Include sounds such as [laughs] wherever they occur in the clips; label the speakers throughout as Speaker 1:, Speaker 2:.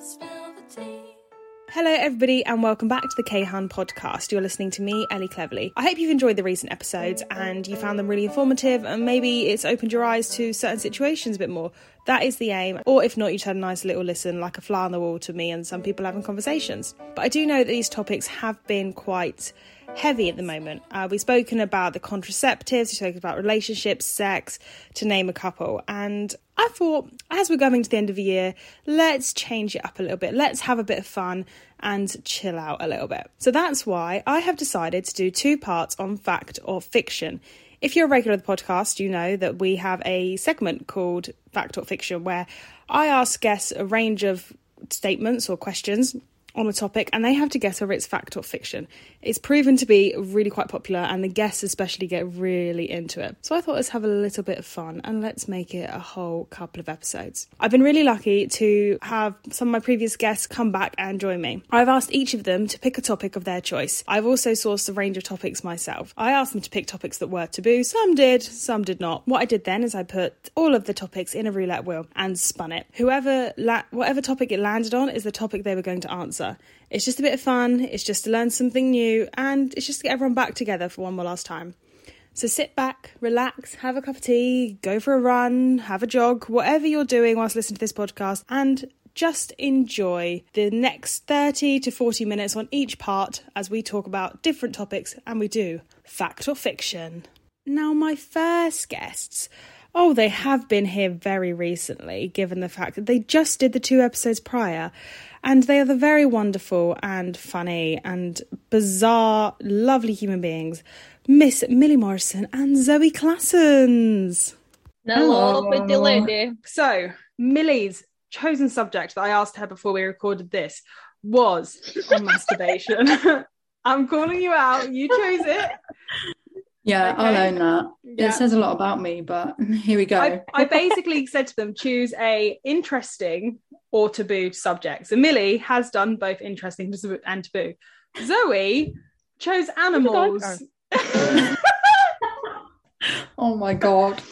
Speaker 1: Spill the tea.
Speaker 2: Hello, everybody, and welcome back to the Kahan podcast. You're listening to me, Ellie Cleverly. I hope you've enjoyed the recent episodes and you found them really informative, and maybe it's opened your eyes to certain situations a bit more. That is the aim. Or if not, you had a nice little listen, like a fly on the wall to me and some people having conversations. But I do know that these topics have been quite heavy at the moment. Uh, we've spoken about the contraceptives, we've spoken about relationships, sex, to name a couple. And I thought, as we're going to the end of the year, let's change it up a little bit. Let's have a bit of fun and chill out a little bit. So that's why I have decided to do two parts on fact or fiction. If you're a regular of the podcast, you know that we have a segment called Fact or Fiction where I ask guests a range of statements or questions on a topic and they have to guess whether it's fact or fiction. It's proven to be really quite popular and the guests especially get really into it. So I thought let's have a little bit of fun and let's make it a whole couple of episodes. I've been really lucky to have some of my previous guests come back and join me. I've asked each of them to pick a topic of their choice. I've also sourced a range of topics myself. I asked them to pick topics that were taboo. Some did, some did not. What I did then is I put all of the topics in a roulette wheel and spun it. Whoever la- whatever topic it landed on is the topic they were going to answer. It's just a bit of fun, it's just to learn something new, and it's just to get everyone back together for one more last time. So sit back, relax, have a cup of tea, go for a run, have a jog, whatever you're doing whilst listening to this podcast, and just enjoy the next 30 to 40 minutes on each part as we talk about different topics and we do fact or fiction. Now, my first guests. Oh, they have been here very recently, given the fact that they just did the two episodes prior. And they are the very wonderful and funny and bizarre, lovely human beings, Miss Millie Morrison and Zoe Classens.
Speaker 3: Hello, pretty lady.
Speaker 2: So, Millie's chosen subject that I asked her before we recorded this was on [laughs] masturbation. I'm calling you out. You chose it.
Speaker 4: Yeah,
Speaker 2: Okay.
Speaker 4: I'll own that.
Speaker 2: Yeah.
Speaker 4: It says a lot about me, but [laughs] here we go.
Speaker 2: I, I basically said to them, choose a interesting or taboo subject. So Millie has done both interesting and taboo. Zoe chose animals.
Speaker 4: oh my god.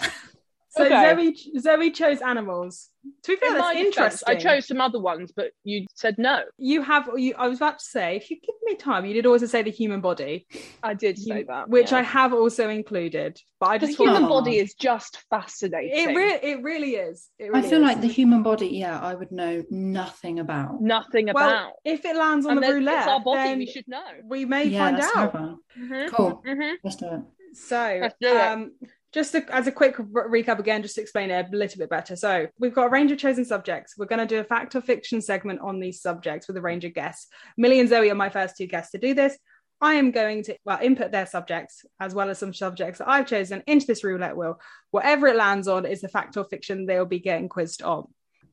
Speaker 2: So
Speaker 3: Okay.
Speaker 2: Zoe Zoe chose animals. To be fair,
Speaker 3: In my
Speaker 2: that's
Speaker 3: defense,
Speaker 2: interesting.
Speaker 3: I chose some other ones, but you said no.
Speaker 2: You have. You, I was about to say, if you give me time, you did also say the human body,
Speaker 3: I did
Speaker 2: you-
Speaker 3: say that.
Speaker 2: which
Speaker 3: yeah.
Speaker 2: I have also included. But I
Speaker 3: the
Speaker 2: just
Speaker 3: human
Speaker 4: Oh.
Speaker 2: thought,
Speaker 3: body is just fascinating.
Speaker 2: it really, it really is. It
Speaker 4: I
Speaker 2: really
Speaker 4: feel
Speaker 2: is.
Speaker 4: like the human body, yeah, I would know nothing about.
Speaker 3: nothing about.
Speaker 2: well, if it lands on
Speaker 3: Unless
Speaker 2: the roulette,
Speaker 3: it's our body.
Speaker 2: then
Speaker 3: We should know.
Speaker 2: we may
Speaker 4: yeah,
Speaker 2: find
Speaker 4: that's
Speaker 2: out.
Speaker 4: terrifying.
Speaker 3: Mhm,
Speaker 4: Cool.
Speaker 3: mhm.
Speaker 4: Let's do it.
Speaker 2: So,
Speaker 3: Let's do it.
Speaker 2: um, just to, as a quick re- recap again, just to explain it a little bit better. So, we've got a range of chosen subjects. We're going to do a fact or fiction segment on these subjects with a range of guests. Millie and Zoe are my first two guests to do this. I am going to well input their subjects as well as some subjects that I've chosen into this roulette wheel. Whatever it lands on is the fact or fiction they'll be getting quizzed on.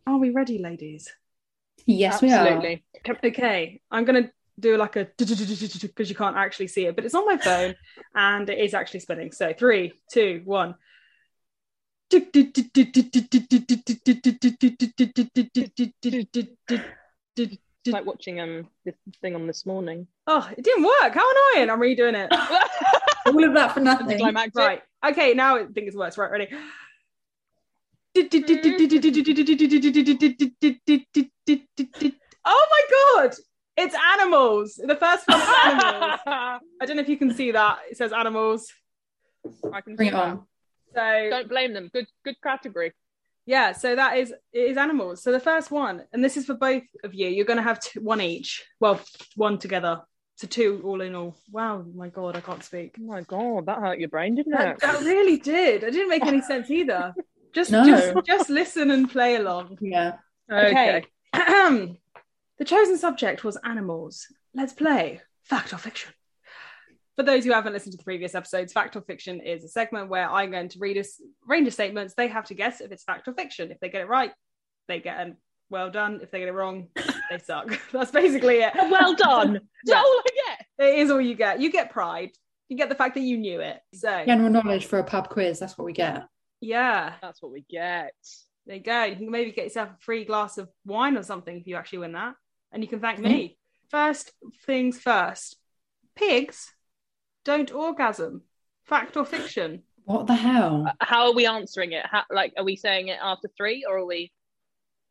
Speaker 2: Are we ready, ladies?
Speaker 4: Yes, we
Speaker 3: Absolutely.
Speaker 2: Okay, I'm gonna do like a because you can't actually see it, but it's on my phone and it is actually spinning. So three, two, one. Oh,
Speaker 3: It's like watching um this thing on this [laughs] morning.
Speaker 2: Oh, it didn't work. How annoying. I'm redoing it.
Speaker 4: are. All of that for nothing.
Speaker 3: Anticlimactic.
Speaker 2: Right. Okay, now I think it's worse. Right, ready. Oh my god! It's animals. The first one is animals.
Speaker 3: [laughs]
Speaker 2: I don't know if you can see that. It says animals.
Speaker 3: I can
Speaker 4: Bring
Speaker 3: see
Speaker 4: it
Speaker 3: that.
Speaker 4: on.
Speaker 2: So
Speaker 3: Don't blame them. Good, good category.
Speaker 2: yeah, so that is it is animals. So the first one, and this is for both of you. You're going to have two, one each. Well, one together. So two all in all. Wow, my god, I can't speak.
Speaker 3: Oh my god, that hurt your brain, didn't
Speaker 2: That,
Speaker 3: it?
Speaker 2: that really did. It didn't make any sense either. Just
Speaker 4: No.
Speaker 2: just just listen and play along.
Speaker 4: Yeah.
Speaker 2: Okay. the chosen subject was animals. Let's play fact or fiction. For those who haven't listened to the previous episodes, fact or fiction is a segment where I'm going to read a s- range of statements. They have to guess if it's fact or fiction. If they get it right, they get an well done. If they get it wrong, they suck. [laughs] That's basically it.
Speaker 3: [laughs] Well done.
Speaker 2: Yeah.
Speaker 3: [laughs] Oh, yeah.
Speaker 2: It is all you get. You get pride. You get the fact that you knew it. So yeah,
Speaker 4: General knowledge for a pub quiz, that's what we get.
Speaker 3: That's what we get.
Speaker 2: there you go. You can maybe get yourself a free glass of wine or something if you actually win that. And you can thank
Speaker 4: Mm-hmm.
Speaker 2: me. First things first pigs don't orgasm. Fact or fiction?
Speaker 4: What the hell?
Speaker 3: Uh, How are we answering it? How, like, are we saying it after three, or are we?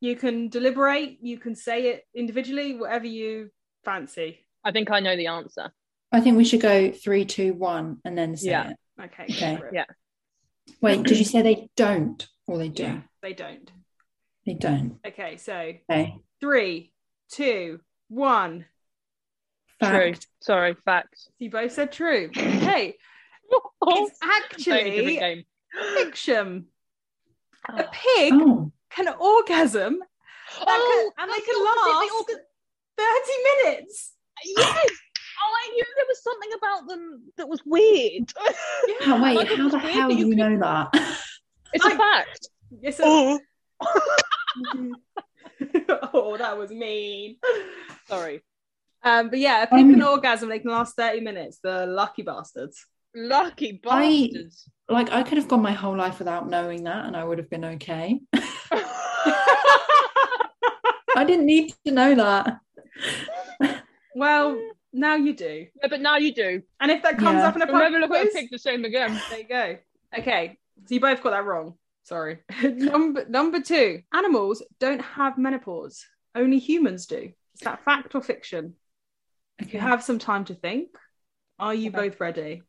Speaker 2: You can deliberate, you can say it individually, whatever you fancy.
Speaker 3: I think I know the answer.
Speaker 4: I think we should go three, two, one, and then say
Speaker 3: Yeah.
Speaker 4: it.
Speaker 2: Okay.
Speaker 4: Okay.
Speaker 2: great.
Speaker 3: Yeah.
Speaker 4: Wait, did you say they don't or they do?
Speaker 2: Yeah. They don't.
Speaker 4: They don't.
Speaker 2: Okay, so
Speaker 4: Okay.
Speaker 2: three, two, one.
Speaker 3: True.
Speaker 4: Fact.
Speaker 3: Sorry, facts.
Speaker 2: You both said
Speaker 4: [laughs]
Speaker 2: true. Okay. It's
Speaker 3: Totally different
Speaker 2: actually
Speaker 3: game.
Speaker 2: fiction. A pig
Speaker 4: Oh,
Speaker 2: can orgasm that
Speaker 3: Oh,
Speaker 2: can- and they
Speaker 3: I
Speaker 2: can
Speaker 3: thought
Speaker 2: last
Speaker 3: it was the
Speaker 2: 30
Speaker 3: organ-
Speaker 2: minutes.
Speaker 3: Yes. Oh, I knew there was something about them that was weird.
Speaker 4: how,
Speaker 3: I
Speaker 2: [laughs]
Speaker 4: Oh, wait,
Speaker 3: thought it
Speaker 4: how
Speaker 3: was
Speaker 4: the
Speaker 3: weird
Speaker 4: hell
Speaker 3: that
Speaker 4: do you
Speaker 3: could-
Speaker 4: know that? [laughs]
Speaker 3: It's a [laughs] fact.
Speaker 2: It's a-
Speaker 3: Oh,
Speaker 2: [laughs] oh, that was mean.
Speaker 3: sorry.
Speaker 2: Um, but yeah, a pig can
Speaker 4: Um,
Speaker 2: orgasm, they can last 30 minutes. The lucky
Speaker 4: [laughs]
Speaker 2: bastards.
Speaker 3: Lucky
Speaker 4: I-
Speaker 3: [laughs] bastards.
Speaker 4: like, I could have gone my whole life without knowing that and I would have been okay. [laughs] I didn't need to know that.
Speaker 2: Well, now you do.
Speaker 3: Yeah, but now you do.
Speaker 2: And if that comes
Speaker 4: Yeah.
Speaker 2: up in a
Speaker 3: We'll
Speaker 2: pub
Speaker 3: never look at a
Speaker 2: quiz,
Speaker 3: pig the same again.
Speaker 2: there you go. Okay, so you both got that wrong. Sorry. [laughs] number number two, animals don't have menopause. Only humans do. Is that fact or fiction? You have some time to think. Are you
Speaker 3: Okay.
Speaker 2: both ready?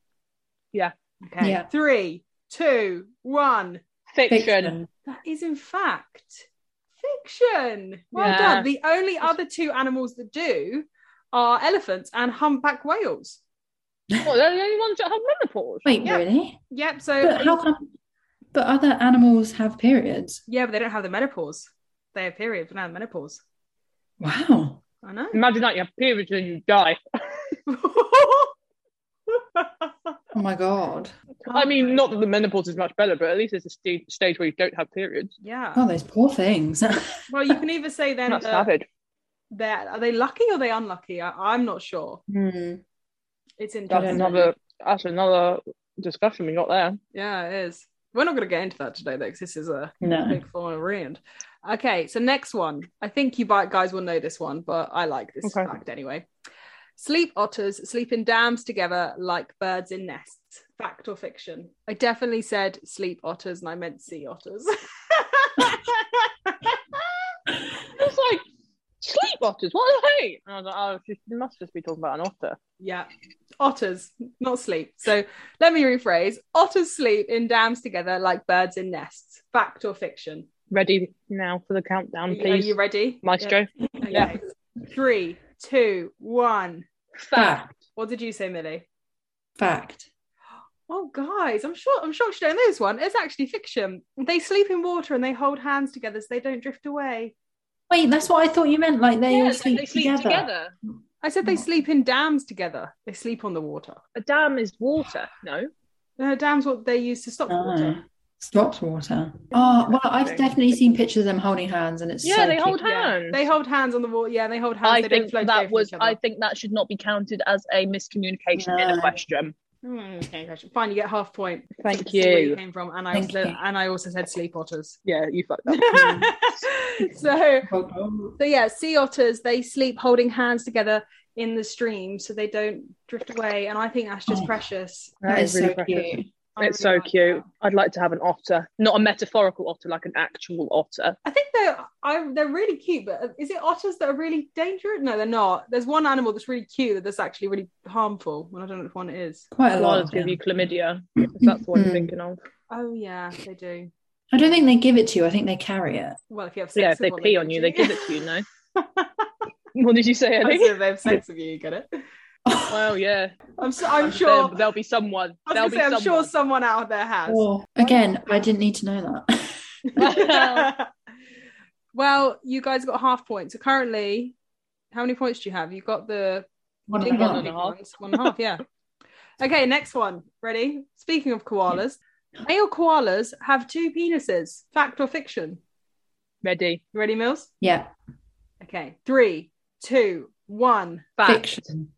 Speaker 3: Yeah.
Speaker 2: Okay.
Speaker 4: Yeah.
Speaker 2: Three, two, one.
Speaker 3: Fiction.
Speaker 4: Fiction.
Speaker 2: That is in fact fiction. Well
Speaker 3: Yeah.
Speaker 2: done. The only other two animals that do are elephants and humpback whales.
Speaker 3: What, they're the only ones that have menopause.
Speaker 4: Wait,
Speaker 2: Yeah.
Speaker 4: really?
Speaker 2: Yep. So
Speaker 4: [laughs] But how come? But other animals have periods.
Speaker 2: yeah, but they don't have the menopause. They have period, but not menopause.
Speaker 4: Wow.
Speaker 2: I know.
Speaker 3: Imagine that you have periods and you die.
Speaker 4: Mm.
Speaker 2: [laughs]
Speaker 4: Oh my god.
Speaker 3: I mean, not that the menopause is much better, but at least it's a st- stage where you don't have periods.
Speaker 2: Yeah.
Speaker 4: Oh, those poor things. [laughs]
Speaker 2: Well, you can either
Speaker 3: [laughs]
Speaker 2: say then
Speaker 3: That's
Speaker 2: that
Speaker 3: savage.
Speaker 2: they're are they lucky or they unlucky. I, I'm not sure.
Speaker 4: Hmm.
Speaker 2: It's
Speaker 3: That's
Speaker 2: interesting.
Speaker 4: don't know.
Speaker 3: another. That's another discussion we got there.
Speaker 2: Yeah, it is. We're not going to get into that today though, because this is a
Speaker 4: No.
Speaker 3: [laughs]
Speaker 2: big four round. Okay, so next one. I think you bite guys will know this one, but I like this
Speaker 3: Okay.
Speaker 2: fact anyway. Sleep otters sleep in dams together like birds in nests. Fact or fiction? I definitely said sleep otters and I meant sea
Speaker 3: [laughs]
Speaker 2: otters.
Speaker 3: It's like sleep otters. What are they? And I was like, oh, she she must just be talking about an otter.
Speaker 2: yeah. Otters, not sleep. So let me rephrase. Otters sleep in dams together like birds in nests. Fact or fiction?
Speaker 3: Ready now for the countdown,
Speaker 2: Are
Speaker 3: please,
Speaker 2: you ready?
Speaker 3: Maestro.
Speaker 2: Yeah. Okay. Three, two, one.
Speaker 3: Fact.
Speaker 2: What did you say, Millie?
Speaker 4: Fact.
Speaker 2: Oh, guys, I'm sure I'm shocked you don't know this one. It's actually fiction. They sleep in water and they hold hands together so they don't drift away.
Speaker 4: Wait, that's what I thought you meant. Like they all sleep,
Speaker 2: I said they
Speaker 4: Oh.
Speaker 2: sleep in dams together. They sleep on the water.
Speaker 3: A dam is water. No.
Speaker 2: No, dams what they use to stop
Speaker 4: No.
Speaker 2: water.
Speaker 4: Stops water. Oh well, I've
Speaker 3: Interesting.
Speaker 4: definitely seen pictures of them holding hands, and it's
Speaker 3: Yeah,
Speaker 4: so
Speaker 3: they
Speaker 4: cute.
Speaker 3: hold
Speaker 2: Yeah,
Speaker 3: hands.
Speaker 2: They hold hands on the water. Yeah, they hold hands.
Speaker 3: I
Speaker 2: they
Speaker 3: think
Speaker 2: don't float away
Speaker 3: that
Speaker 2: from
Speaker 3: was.
Speaker 2: Each other.
Speaker 3: I think that should not be counted as a miscommunication in a
Speaker 4: No.
Speaker 3: question.
Speaker 2: Hmm, okay, gotcha. Fine, you get half point.
Speaker 3: Thank
Speaker 2: See where you
Speaker 3: you.
Speaker 2: came from, and I
Speaker 4: Thank
Speaker 2: also,
Speaker 4: you.
Speaker 2: and I also said sleep otters.
Speaker 3: Yeah, you fucked
Speaker 4: [laughs]
Speaker 2: [laughs]
Speaker 3: up.
Speaker 2: so
Speaker 4: Oh,
Speaker 2: So yeah, sea otters they sleep holding hands together in the stream so they don't drift away, and I think that's just
Speaker 4: Oh.
Speaker 2: precious.
Speaker 4: that is
Speaker 3: really
Speaker 4: so
Speaker 3: precious.
Speaker 4: cute.
Speaker 2: I
Speaker 3: It's
Speaker 2: really
Speaker 3: so
Speaker 2: like
Speaker 3: cute.
Speaker 2: that.
Speaker 3: I'd like to have an otter, not a metaphorical otter, like an actual otter.
Speaker 2: I think they're I, they're really cute, but uh, is it otters that are really dangerous? No, they're not. There's one animal that's really cute that's actually really harmful, and I don't know which one it Mm-hmm. is.
Speaker 4: Quite a lot.
Speaker 3: Koalas
Speaker 4: of them.
Speaker 3: give you chlamydia. if That's what I'm
Speaker 4: Mm.
Speaker 3: thinking of.
Speaker 2: Oh yeah, they do.
Speaker 4: I don't think they give it to you. I think they carry it.
Speaker 2: Well, if you have sex
Speaker 3: Yeah,
Speaker 2: with
Speaker 3: if they
Speaker 2: one,
Speaker 3: pee on you, they give it to you. No. what did you
Speaker 2: [laughs]
Speaker 3: say,
Speaker 2: I
Speaker 3: Ellie?
Speaker 2: said if
Speaker 3: [laughs]
Speaker 2: they have sex with you, you get it.
Speaker 3: Well, yeah.
Speaker 2: I'm so, I'm [laughs] sure.
Speaker 3: There, will be someone.
Speaker 2: I
Speaker 3: There'll
Speaker 2: was
Speaker 3: be
Speaker 2: gonna say, I'm sure
Speaker 3: someone.
Speaker 2: someone out there has.
Speaker 4: Oh, again, I didn't need to know that. [laughs]
Speaker 2: [laughs] well, you guys got half points. So currently, how many points do you have? You got the
Speaker 4: One and a
Speaker 2: ding
Speaker 3: One
Speaker 2: dong
Speaker 3: and
Speaker 4: half.
Speaker 3: a
Speaker 2: big
Speaker 3: half.
Speaker 2: ones. One and a half,
Speaker 4: [laughs]
Speaker 2: yeah. Okay, next one. Ready? Speaking of koalas, male koalas have two penises. Fact or fiction?
Speaker 3: Ready.
Speaker 2: You ready, Mills?
Speaker 4: Yeah,
Speaker 2: Okay, three, two, one.
Speaker 3: Fact.
Speaker 4: fiction.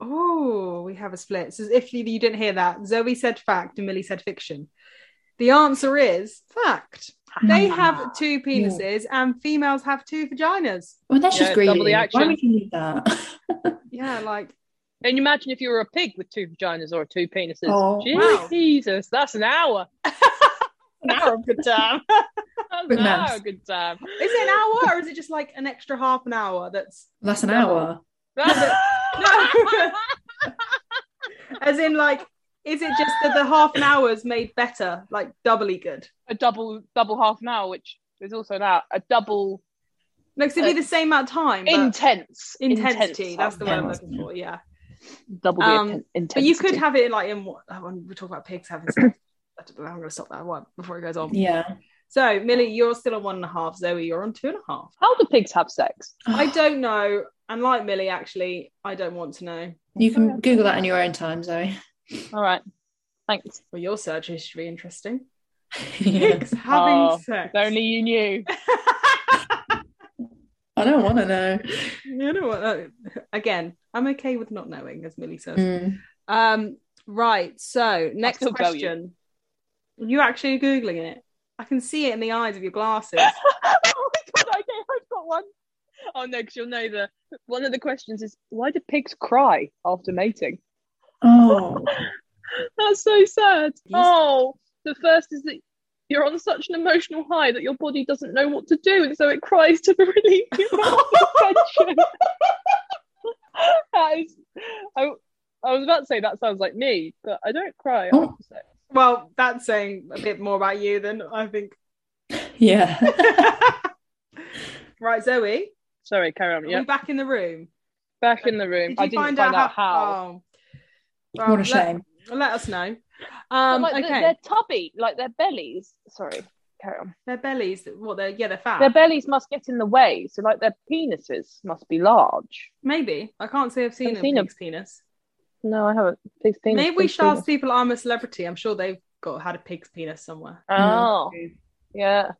Speaker 2: Oh, we have a split. So if you, you didn't hear that, Zoe said fact and Millie said fiction. The answer is fact. They
Speaker 4: [laughs]
Speaker 2: have two penises and females have two vaginas.
Speaker 4: Well, that's
Speaker 3: Yeah,
Speaker 4: just
Speaker 3: double
Speaker 4: greedy.
Speaker 3: the
Speaker 4: Why
Speaker 3: action.
Speaker 4: would you need that?
Speaker 2: Yeah, like
Speaker 3: Can you imagine if you were a pig with two vaginas or two penises?
Speaker 4: Oh,
Speaker 2: wow.
Speaker 3: Jesus, that's an hour.
Speaker 2: an hour of good time.
Speaker 3: That's
Speaker 4: Quick
Speaker 3: now,
Speaker 4: maths.
Speaker 3: good time.
Speaker 2: Is it an hour or is it just like an extra half an hour? That's [laughs]
Speaker 4: That's an
Speaker 2: Yeah.
Speaker 4: hour.
Speaker 2: [laughs] No. as in like, is it just that the half an hour is made better, like doubly good?
Speaker 3: [laughs] a double double half an hour, which is also now a double
Speaker 2: No, 'cause it'd be the same amount of time. but
Speaker 3: intense
Speaker 2: intensity.
Speaker 3: intense
Speaker 2: That's the word I'm
Speaker 3: half
Speaker 4: intense,
Speaker 2: looking for. Yeah,
Speaker 3: an hour. double the
Speaker 2: Um,
Speaker 3: inten-
Speaker 2: but
Speaker 3: intensity.
Speaker 2: you could have it like in what oh, when we talk about pigs having. sex. [coughs] I don't know, I'm going to stop that one before it goes on.
Speaker 4: Yeah.
Speaker 2: So, Millie, you're still on one and a half. Zoe, you're on two and a half.
Speaker 3: How do pigs have sex?
Speaker 4: [sighs]
Speaker 2: I don't know. And like Millie, actually, I don't want to know.
Speaker 4: You can Google that in your own time, Zoe. [laughs]
Speaker 3: All right, thanks.
Speaker 2: Well, your search history interesting. [laughs]
Speaker 4: Yeah.
Speaker 2: Pigs having
Speaker 3: Oh,
Speaker 2: sex.
Speaker 3: If only you knew. [laughs] Oh
Speaker 4: I don't want to know.
Speaker 2: [laughs] you know what? uh, Again, I'm okay with not knowing, as Millie says.
Speaker 4: Mm.
Speaker 2: Um, right. So next
Speaker 3: still tell you.
Speaker 2: question. You're actually googling it. I can see it in the eyes of your
Speaker 3: [laughs]
Speaker 2: glasses.
Speaker 3: oh my god, okay, I've got one. Oh no, because you'll know the one of the questions is why do pigs cry after mating?
Speaker 4: Oh,
Speaker 3: That's so sad. Oh, the first is that you're on such an emotional high that your body doesn't know what to do, and so it cries to [laughs] relieve your tension. that is, I, I was about to say that sounds like me, but I don't cry
Speaker 4: Oh.
Speaker 3: after sex.
Speaker 2: well, that's saying a bit more about you than I think. [laughs]
Speaker 4: yeah.
Speaker 2: right, Zoe,
Speaker 3: Sorry, carry on.
Speaker 2: are
Speaker 3: Yeah,
Speaker 2: we back in the room?
Speaker 3: back in the room.
Speaker 2: Did you
Speaker 3: I didn't find, out how.
Speaker 2: Oh. Well,
Speaker 4: What a
Speaker 2: let-
Speaker 4: shame.
Speaker 2: Let, us know.
Speaker 3: But,
Speaker 2: Um,
Speaker 3: like the-
Speaker 2: okay,
Speaker 3: their tubby, like their bellies. Sorry, carry on.
Speaker 2: their bellies. What? They're yeah, they're fat.
Speaker 3: Their bellies must get in the way, so like their penises must be large.
Speaker 2: Maybe I can't say I've seen
Speaker 3: I've
Speaker 2: a
Speaker 3: seen 'em.
Speaker 2: pig's penis.
Speaker 3: No, I haven't. Pig's penis.
Speaker 2: Maybe we
Speaker 3: pig's
Speaker 2: should ask
Speaker 3: penis.
Speaker 2: people. I'm a celebrity. I'm sure they've got had a pig's penis somewhere.
Speaker 3: Oh, yeah.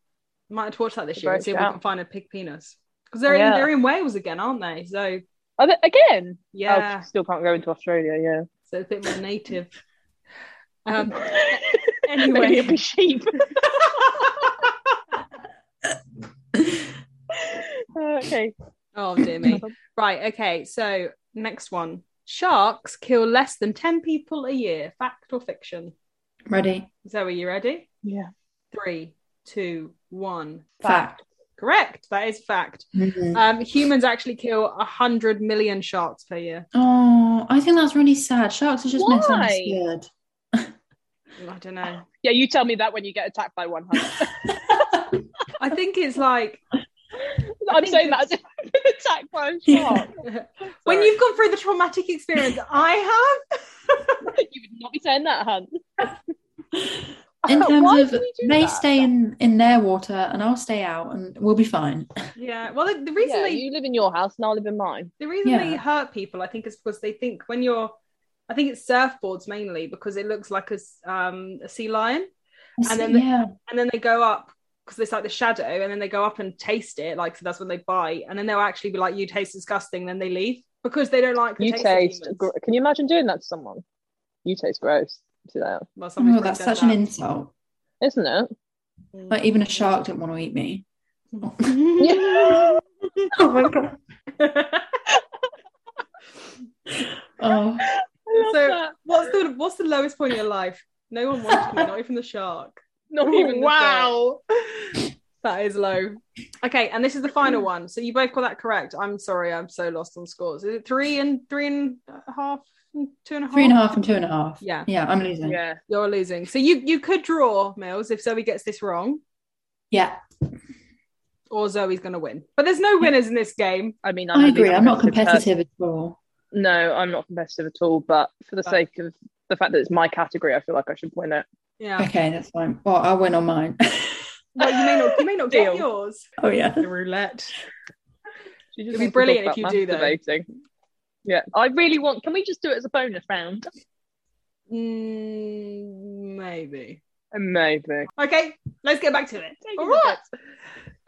Speaker 2: Might have to watch that this
Speaker 3: It
Speaker 2: year and
Speaker 3: breaks
Speaker 2: see if we
Speaker 3: out.
Speaker 2: can find a pig penis. Because they're in
Speaker 3: Yeah.
Speaker 2: they're in Wales again, aren't they? So
Speaker 3: Are they, again?
Speaker 2: yeah,
Speaker 3: Oh, still can't go into [laughs] Australia.
Speaker 2: so it's a bit more native.
Speaker 3: [laughs] Yeah.
Speaker 2: Um,
Speaker 3: Maybe
Speaker 2: anyway,
Speaker 3: it'd be sheep. [laughs]
Speaker 2: [laughs]
Speaker 3: okay.
Speaker 2: oh dear [laughs] me. Right, okay. So next one: sharks kill less than ten people a year. Fact or fiction?
Speaker 4: Ready?
Speaker 2: Zoe, you ready?
Speaker 3: Yeah.
Speaker 2: Three, two, one.
Speaker 4: Fact.
Speaker 2: Correct. That is fact.
Speaker 4: Mhm.
Speaker 2: Um, humans actually kill hundred million sharks per year.
Speaker 4: Oh, I think that's really sad. Sharks are just
Speaker 3: Why?
Speaker 4: misunderstood.
Speaker 2: I don't know.
Speaker 3: Yeah, you tell me that when you get attacked by one hundred.
Speaker 2: I think it's like
Speaker 3: I'm
Speaker 2: think
Speaker 3: saying that as if I've been attacked by a shark.
Speaker 2: when
Speaker 3: Sorry.
Speaker 2: you've gone through the traumatic experience I have.
Speaker 3: you would not be saying that, hun.
Speaker 4: In
Speaker 3: [laughs]
Speaker 4: terms
Speaker 3: Why
Speaker 4: of
Speaker 3: do we do
Speaker 4: they
Speaker 3: that?
Speaker 4: stay in in their water and I'll stay out and we'll be fine.
Speaker 2: Yeah. Well, the, the reason
Speaker 3: Yeah,
Speaker 2: they
Speaker 3: you live in your house and I'll live in mine.
Speaker 2: the reason they
Speaker 4: Yeah.
Speaker 2: hurt people, I think, is because they think when you're, I think it's surfboards mainly because it looks like a s- um a sea lion, And then the-
Speaker 4: yeah,
Speaker 2: and then they go up because it's like the shadow, and then they go up and taste it, like so that's when they bite, and then they'll actually be like, "You taste disgusting," then they leave because they don't like the
Speaker 3: You
Speaker 2: taste. of
Speaker 3: taste.
Speaker 2: humans.
Speaker 3: Gr- Can you imagine doing that to someone? You taste gross. To that,
Speaker 2: well,
Speaker 4: oh,
Speaker 2: somebody's probably
Speaker 4: that's
Speaker 2: said
Speaker 4: such
Speaker 2: that.
Speaker 4: an insult.
Speaker 3: isn't it?
Speaker 4: Like even a
Speaker 2: [laughs]
Speaker 4: shark didn't want to eat me.
Speaker 3: Yeah.
Speaker 4: Oh my god. Oh,
Speaker 3: I love
Speaker 2: So-
Speaker 3: that.
Speaker 2: [laughs] what's the what's the lowest point in your life? No one wanted me, not even the shark.
Speaker 3: [laughs] Not even the shark.
Speaker 2: wow. That is low. Okay, and this is the final one. So you both got that correct. I'm sorry, I'm so lost on scores. Is it three and three and a half and two and a half?
Speaker 4: three and a half and two and a half.
Speaker 2: Yeah.
Speaker 4: Yeah, I'm losing.
Speaker 3: Yeah.
Speaker 2: You're losing. So you you could draw Mills if Zoe gets this wrong,
Speaker 4: Yeah,
Speaker 2: or Zoe's gonna win. But there's no winners in this game.
Speaker 3: I mean, a
Speaker 4: I agree. I'm not
Speaker 3: person.
Speaker 4: competitive at all.
Speaker 3: No, I'm not competitive at all. But for the
Speaker 2: Right.
Speaker 3: sake of the fact that it's my category, I feel like I should win it.
Speaker 2: Yeah.
Speaker 4: Okay, that's fine. Well, I'll win on mine. [laughs]
Speaker 2: Well, you may not you may not get
Speaker 3: Deal.
Speaker 2: yours.
Speaker 4: oh yeah.
Speaker 2: The roulette.
Speaker 3: She
Speaker 2: It'd
Speaker 3: just
Speaker 2: be
Speaker 3: wants to
Speaker 2: brilliant
Speaker 3: talk
Speaker 2: if
Speaker 3: about
Speaker 2: you do, though.
Speaker 3: masturbating. Yeah, I really want. Can we just do it as a bonus round?
Speaker 2: Mm, maybe.
Speaker 3: Maybe.
Speaker 2: Okay, let's get back to it.
Speaker 3: Take it
Speaker 2: All
Speaker 3: a
Speaker 2: right.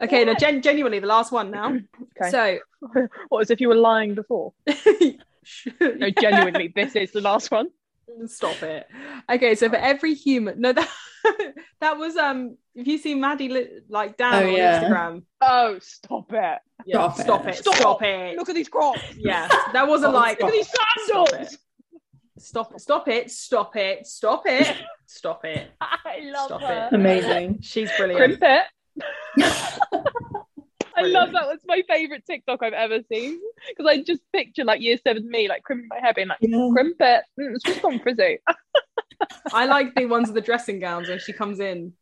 Speaker 2: Okay, now
Speaker 3: Yeah.
Speaker 2: gen- genuinely the last one now.
Speaker 3: [clears throat] Okay.
Speaker 2: So
Speaker 3: [laughs] what as if you were lying before?
Speaker 2: [laughs]
Speaker 3: No, genuinely, this is the last one.
Speaker 2: Stop it. Okay, so for every human, no, [laughs] that that was um. If you see Maddie li- like down
Speaker 4: Oh,
Speaker 2: on
Speaker 4: yeah.
Speaker 2: Instagram,
Speaker 3: Oh, stop it!
Speaker 2: yeah,
Speaker 4: Stop it.
Speaker 2: stop it,
Speaker 3: Stop.
Speaker 2: stop, it.
Speaker 3: Look at these crops.
Speaker 2: yeah, that wasn't
Speaker 4: Stop.
Speaker 2: like
Speaker 3: Look at these
Speaker 2: stop
Speaker 3: sandals.
Speaker 2: it, stop, stop it, stop it, stop it, stop it.
Speaker 3: I love
Speaker 2: Stop
Speaker 3: her.
Speaker 2: it.
Speaker 4: Amazing.
Speaker 2: She's brilliant.
Speaker 3: [laughs] Crimpet. I love that. That's my favorite TikTok I've ever seen because I just picture like year seven me like crimping my hair, being like
Speaker 4: Yeah.
Speaker 3: crimp it. Mm, it's just gone frizzy.
Speaker 2: I like the ones with the dressing gowns when she comes in,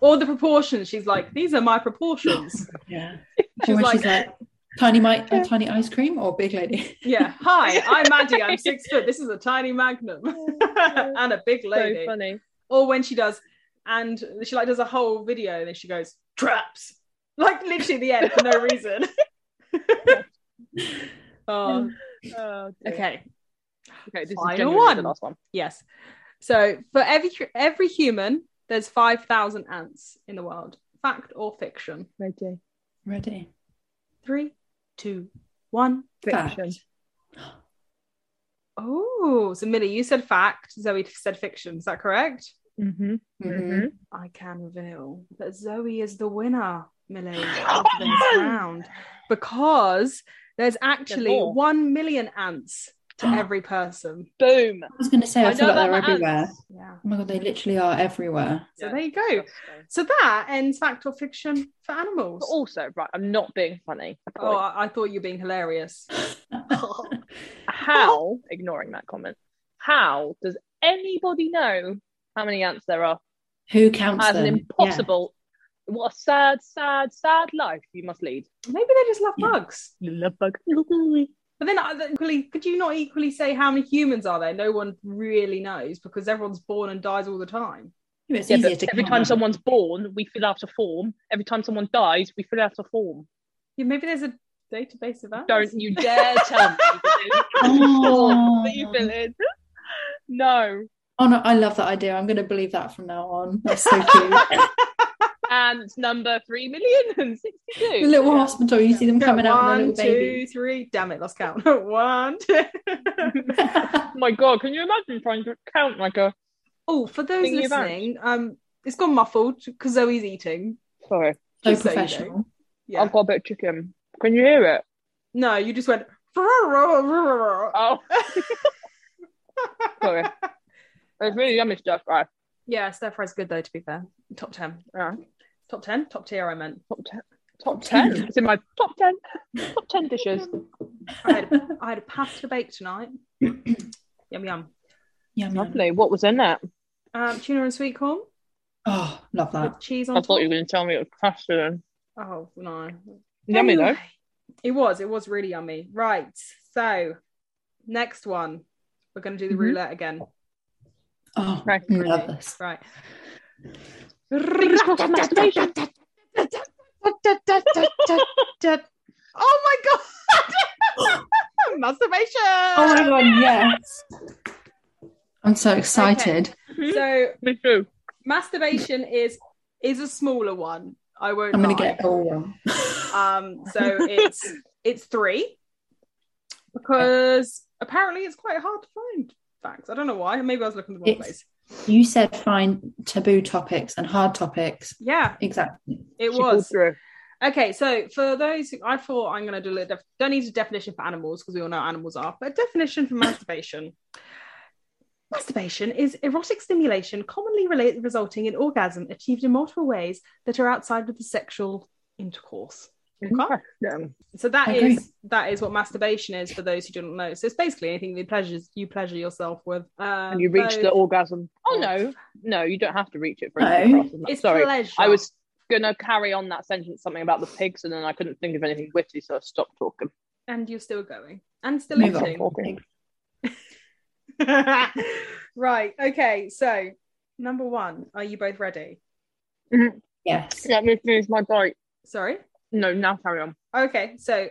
Speaker 2: or the proportions. She's like, these are my proportions.
Speaker 4: Yeah.
Speaker 2: She's
Speaker 4: She's like,
Speaker 2: like-
Speaker 4: she's like tiny mic, uh, tiny ice cream or big lady. [laughs]
Speaker 2: Yeah. Hi, I'm Maddie. I'm six foot. This is a tiny magnum [laughs] and a big
Speaker 3: so
Speaker 2: lady.
Speaker 3: funny.
Speaker 2: or when she does, and she like does a whole video, and then she goes traps, like literally the end for no reason. [laughs]
Speaker 3: [laughs]
Speaker 2: oh,
Speaker 3: Oh, dear.
Speaker 2: okay.
Speaker 3: Okay. This
Speaker 2: Final
Speaker 3: is genuinely
Speaker 2: one.
Speaker 3: the last one.
Speaker 2: Yes. So for every every human, there's five thousand ants in the world. Fact or fiction?
Speaker 3: Ready.
Speaker 4: Ready.
Speaker 2: Three, two, one.
Speaker 3: Fiction. Mm-hmm.
Speaker 4: Fact.
Speaker 2: Oh, so Millie, you said fact. Zoe said fiction. Is that correct?
Speaker 3: Mm-hmm.
Speaker 4: Mhm.
Speaker 2: I can reveal that Zoe is the winner, Millie, of this round because there's actually
Speaker 3: more. Mm.
Speaker 2: one million ants to every person.
Speaker 3: Boom.
Speaker 4: I was going to say, I,
Speaker 3: I
Speaker 4: feel
Speaker 3: know
Speaker 4: like they're
Speaker 3: about my
Speaker 4: everywhere.
Speaker 3: ants.
Speaker 2: Yeah.
Speaker 4: Oh my god, they literally
Speaker 3: [laughs]
Speaker 4: are everywhere. [laughs]
Speaker 2: So
Speaker 3: Yeah.
Speaker 2: there you go. So that ends fact or fiction for animals.
Speaker 3: But also, right, I'm not being funny. at
Speaker 2: Oh,
Speaker 3: all.
Speaker 2: I, I thought you were being hilarious.
Speaker 3: How, ignoring that comment, how does anybody know how many ants there are?
Speaker 4: Who counts
Speaker 3: As
Speaker 4: them?
Speaker 3: an
Speaker 4: Yeah.
Speaker 3: impossible, what a sad, sad, sad life you must lead.
Speaker 2: Maybe they just love
Speaker 4: Yeah.
Speaker 2: bugs.
Speaker 3: Love bug.
Speaker 2: But then, uh, equally, could you not equally say how many humans are there? No one really knows because everyone's born and dies all the time.
Speaker 4: It's
Speaker 3: Yeah,
Speaker 4: easier
Speaker 3: but
Speaker 4: to
Speaker 3: every
Speaker 4: count
Speaker 3: time
Speaker 4: them.
Speaker 3: someone's born, we fill out a form. Every time someone dies, we fill out a form.
Speaker 2: Yeah, maybe there's a database of ants.
Speaker 3: Don't you dare tell me that there's a form that you fill in. No.
Speaker 4: Oh no, I love that idea. I'm going to believe that from now on. That's
Speaker 3: [laughs]
Speaker 4: so cute.
Speaker 3: Ants number three million and
Speaker 4: the
Speaker 3: sixty-two.
Speaker 4: little hospital, you see them
Speaker 2: Yeah,
Speaker 4: coming out
Speaker 2: One,
Speaker 4: and the
Speaker 2: two,
Speaker 4: little
Speaker 2: three. Damn it, let's count. [laughs] One. Two. [laughs]
Speaker 4: baby.
Speaker 3: Oh my god, can you imagine trying to count like a
Speaker 2: oh, for those
Speaker 3: Thinking about-
Speaker 2: listening, um, it's gone muffled because Zoe's eating.
Speaker 3: sorry.
Speaker 4: so
Speaker 2: Just so you know.
Speaker 4: professional.
Speaker 2: Yeah.
Speaker 3: I've got a bit of chicken. Can you hear it?
Speaker 2: No, you just went. [laughs] Oh. [laughs]
Speaker 3: Oh, sorry. It's really yummy stuff, right?
Speaker 2: Yeah, stir fry's good though. To be fair, top ten,
Speaker 3: Yeah.
Speaker 2: top ten, top tier. I meant.
Speaker 3: Top ten. Top ten. It's in my top ten. Top ten dishes.
Speaker 2: I
Speaker 4: [laughs]
Speaker 2: had, I had a pasta bake tonight. yum yum.
Speaker 4: Yum, yum.
Speaker 3: Lovely. What was in it?
Speaker 2: Um, tuna and sweet corn
Speaker 4: Oh, love
Speaker 2: with
Speaker 4: that.
Speaker 2: cheese on
Speaker 3: I
Speaker 2: top.
Speaker 3: thought you were going to tell me it was pasta.
Speaker 2: Oh no.
Speaker 3: Yummy though.
Speaker 2: Anyway, It was. It was really yummy. Right. So, next one, we're going to do the
Speaker 3: Mhm.
Speaker 4: Mm-hmm.
Speaker 2: roulette again.
Speaker 4: Oh,
Speaker 3: Right,
Speaker 4: love this.
Speaker 2: Right.
Speaker 3: Fingers crossed for masturbation.
Speaker 2: Oh my god! [laughs] Masturbation.
Speaker 4: Oh my god, yes. I'm so excited.
Speaker 2: So
Speaker 3: Me too.
Speaker 2: masturbation is is a smaller one. I won't.
Speaker 4: I'm gonna
Speaker 2: lie.
Speaker 4: get it all wrong.
Speaker 2: Um, so it's it's three because apparently it's quite hard to find facts. I don't know why. Maybe I was looking in the wrong
Speaker 4: It's-
Speaker 2: place.
Speaker 4: [laughs] You said find taboo topics and hard topics.
Speaker 2: Yeah,
Speaker 4: Exactly.
Speaker 2: it
Speaker 3: She pulled
Speaker 2: was.
Speaker 3: through.
Speaker 2: Okay, so for those, who, I thought I'm going to do a def- don't need a definition for animals because we all know what animals are, but a definition for masturbation. [laughs] Masturbation is erotic stimulation commonly relate- resulting in orgasm achieved in multiple ways that are outside of the sexual intercourse. Okay.
Speaker 3: Interesting.
Speaker 2: So that
Speaker 4: I
Speaker 2: is
Speaker 4: agree.
Speaker 2: that is what masturbation is for those who don't know. So it's basically anything that pleasures you pleasure yourself with. Um,
Speaker 3: And you reach
Speaker 2: so
Speaker 3: the orgasm. Oh no, no, you don't have to reach it for it to be
Speaker 4: No.
Speaker 3: across, isn't it?
Speaker 2: it's
Speaker 3: Sorry,
Speaker 2: pleasure.
Speaker 3: I was gonna carry on that sentence, something about the pigs, and then I couldn't think of anything witty, so I stopped talking.
Speaker 2: and you're still going and still
Speaker 4: Move
Speaker 2: eating.
Speaker 4: on.
Speaker 3: Okay.
Speaker 2: right. Okay. So number one, are you both ready?
Speaker 4: Yes.
Speaker 3: Let me finish my bite.
Speaker 2: Sorry.
Speaker 3: No, now carry on.
Speaker 2: Okay. So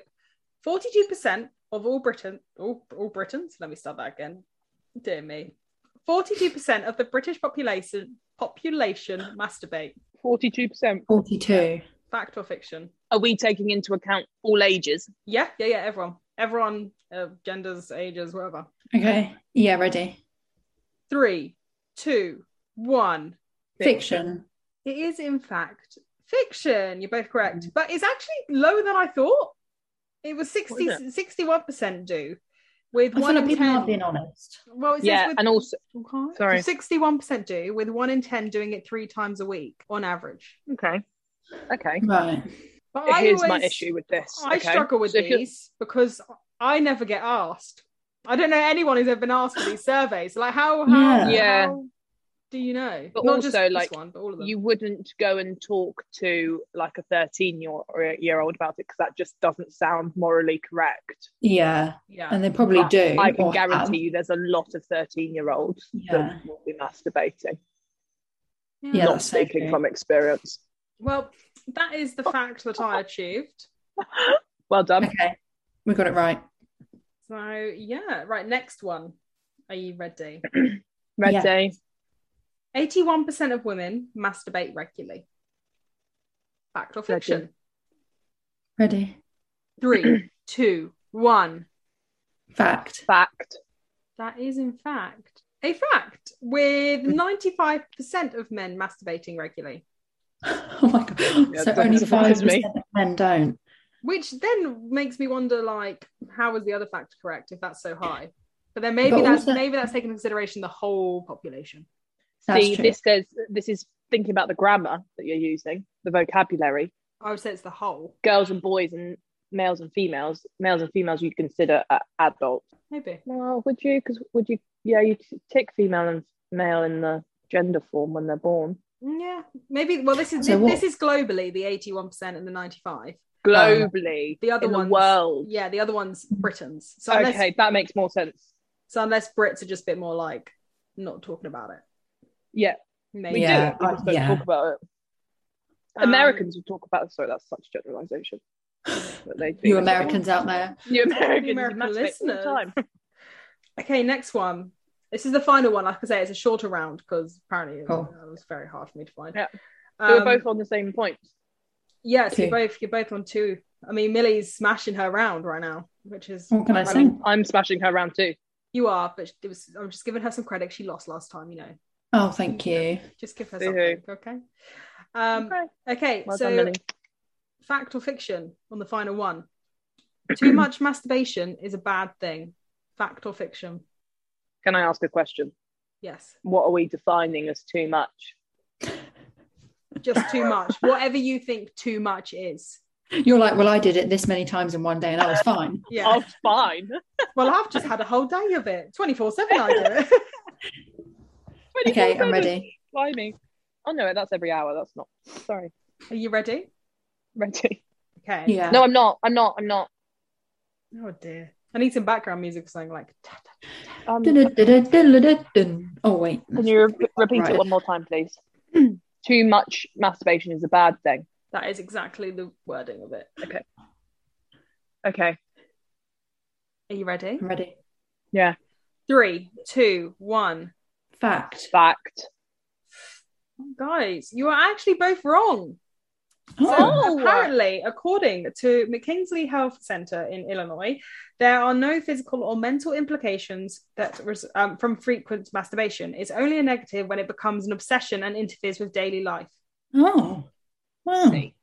Speaker 2: forty-two percent of all Britain, all, all Britons. Let me start that again. Dear me. Forty-two percent of the British population population masturbate.
Speaker 3: Forty-two percent.
Speaker 4: 42.
Speaker 2: Fact or fiction?
Speaker 3: Are we taking into account all ages?
Speaker 2: Yeah, yeah, yeah. Everyone, everyone, uh, genders, ages, whatever.
Speaker 4: Okay. Yeah, ready.
Speaker 2: Three, two, one.
Speaker 4: Fiction.
Speaker 2: It is in fact fiction. You're both correct,
Speaker 4: Mm.
Speaker 2: but it's actually lower than I thought. It was 60, 61 percent do, with
Speaker 4: I feel
Speaker 2: one
Speaker 4: like
Speaker 2: in
Speaker 4: people
Speaker 2: ten.
Speaker 4: aren't being honest.
Speaker 2: well, it
Speaker 3: Yeah,
Speaker 2: says
Speaker 3: and also
Speaker 2: with
Speaker 3: sorry.
Speaker 2: sixty-one percent do, with one in ten doing it three times a week on average.
Speaker 3: okay. Okay.
Speaker 4: Right.
Speaker 2: But
Speaker 3: Here's my
Speaker 2: always-
Speaker 3: issue with this.
Speaker 2: I
Speaker 3: okay?
Speaker 2: struggle with
Speaker 3: So if you're-
Speaker 2: these because I never get asked. I don't know anyone who's ever been asked for these surveys. Like how how,
Speaker 4: Yeah.
Speaker 3: Yeah.
Speaker 2: how do you know?
Speaker 3: But
Speaker 2: Not
Speaker 3: also,
Speaker 2: just this
Speaker 3: like,
Speaker 2: one, but all of them.
Speaker 3: You wouldn't go and talk to like a 13 year, year old about it because that just doesn't sound morally correct.
Speaker 4: Yeah.
Speaker 2: yeah.
Speaker 4: And they probably do.
Speaker 3: I can
Speaker 4: or have.
Speaker 3: guarantee you there's a lot of 13 year olds
Speaker 4: Yeah.
Speaker 3: that will be masturbating,
Speaker 4: Yeah,
Speaker 3: not
Speaker 4: that's so
Speaker 3: speaking
Speaker 4: true.
Speaker 3: from experience.
Speaker 2: well, that is
Speaker 4: Oh.
Speaker 2: the fact that I achieved.
Speaker 3: Well done.
Speaker 4: Okay. We got it right.
Speaker 2: So yeah, right. Next one. Are you ready?
Speaker 3: Red
Speaker 4: Yeah.
Speaker 3: Day.
Speaker 2: Eighty-one percent of women masturbate regularly. Fact or
Speaker 3: Ready.
Speaker 2: fiction?
Speaker 4: Ready?
Speaker 2: Three,
Speaker 4: [clears throat]
Speaker 2: two, one.
Speaker 4: Fact. [laughs]
Speaker 3: Fact.
Speaker 2: That is, in fact, a fact
Speaker 4: [laughs]
Speaker 2: with 95% of men masturbating regularly,
Speaker 4: Oh my god.
Speaker 3: Yeah,
Speaker 4: so
Speaker 3: that
Speaker 4: only five
Speaker 3: surprised me.
Speaker 4: percent of men don't.
Speaker 2: which then makes me wonder, like, how was the other fact correct if that's so high? But then maybe
Speaker 4: But
Speaker 2: that's
Speaker 4: also-
Speaker 2: maybe that's taking into consideration the whole population.
Speaker 4: That's
Speaker 3: See,
Speaker 4: true.
Speaker 3: this says this is thinking about the grammar that you're using, the vocabulary.
Speaker 2: I would say it's the whole,
Speaker 3: Girls and boys and males and females. Males and females you'd consider uh, adults.
Speaker 2: maybe.
Speaker 3: Well, would you? Because would you? Yeah, you t- tick female and male in the gender form when they're
Speaker 2: Um,
Speaker 3: born.
Speaker 2: Yeah, maybe. Well, this is
Speaker 4: So what-
Speaker 2: this is globally the 81% and the 95.
Speaker 3: Globally,
Speaker 2: The other
Speaker 3: in
Speaker 2: ones,
Speaker 3: the world.
Speaker 2: yeah, the other ones Britons. So unless,
Speaker 3: Okay, that makes more sense.
Speaker 2: so unless Brits are just a bit more like not talking about it,
Speaker 3: Yeah,
Speaker 2: maybe.
Speaker 3: we
Speaker 4: Yeah,
Speaker 3: do. We
Speaker 4: uh,
Speaker 3: just don't
Speaker 4: yeah.
Speaker 3: talk about it.
Speaker 2: Um,
Speaker 3: Americans will talk about. Sorry, that's such generalization. But they do.
Speaker 4: you Americans out there.
Speaker 3: [laughs] you Americans, you
Speaker 2: American
Speaker 3: masturbate all the
Speaker 2: listeners.
Speaker 3: time. [laughs]
Speaker 2: Okay, next one. This is the final one. Like I say, it's a shorter round because apparently
Speaker 4: Cool.
Speaker 2: it was very hard for me to find.
Speaker 3: Yeah. So
Speaker 2: Um,
Speaker 3: we're both on the same point.
Speaker 2: yeah, so
Speaker 4: Two.
Speaker 2: you're both you're both on two. I mean, Millie's smashing her round right now, which is
Speaker 3: Mm.
Speaker 4: What can I
Speaker 2: mean,
Speaker 4: say?
Speaker 3: I'm smashing her round too.
Speaker 2: You are, but it was. I'm just giving her some credit. She lost last time, you know.
Speaker 4: Oh, thank you.
Speaker 2: Just give her
Speaker 3: Boo-hoo.
Speaker 2: something, okay? Um, okay.
Speaker 3: okay. Well
Speaker 2: so
Speaker 3: done, Millie.
Speaker 2: fact or fiction on the final one. Too much [clears throat] masturbation is a bad thing. Fact or fiction?
Speaker 3: Can I ask a question?
Speaker 2: Yes,
Speaker 3: What are we defining as too much?
Speaker 2: just too much. Whatever you think too much is.
Speaker 4: You're like, well, I did it this many times in one day and I was fine.
Speaker 2: Yeah.
Speaker 3: Oh, fine.
Speaker 2: [laughs] Well, I've just had a whole day of it. 24 7, I do
Speaker 3: [laughs]
Speaker 2: it.
Speaker 4: Okay,
Speaker 3: 24/7.
Speaker 4: I'm ready.
Speaker 3: Blimey. Oh no, that's every hour. That's not. Sorry, [laughs]
Speaker 2: Are you ready?
Speaker 3: ready.
Speaker 2: Okay.
Speaker 4: Yeah.
Speaker 3: No, I'm not. I'm not. I'm not.
Speaker 2: Oh, dear. I need some background music or something like. ta- ta-
Speaker 3: Um, can
Speaker 4: Dun-dun-dun-dun-dun. Oh wait.
Speaker 3: you re- repeat
Speaker 4: Right.
Speaker 3: it one more
Speaker 2: [clears throat]
Speaker 3: time, please? too much masturbation is a bad thing.
Speaker 2: That is exactly the wording of it.
Speaker 3: Okay.
Speaker 2: Are you ready?
Speaker 4: I'm ready.
Speaker 3: Yeah.
Speaker 2: Three, two, one.
Speaker 4: Fact.
Speaker 3: Fact.
Speaker 2: Guys, you are actually both wrong. So
Speaker 3: Oh.
Speaker 2: apparently, according to McKinsey Health Center in Illinois, there are no physical or mental implications that res- um, from frequent masturbation. It's only a negative when it becomes an obsession and interferes with daily life.
Speaker 4: Oh. Wow.
Speaker 3: See.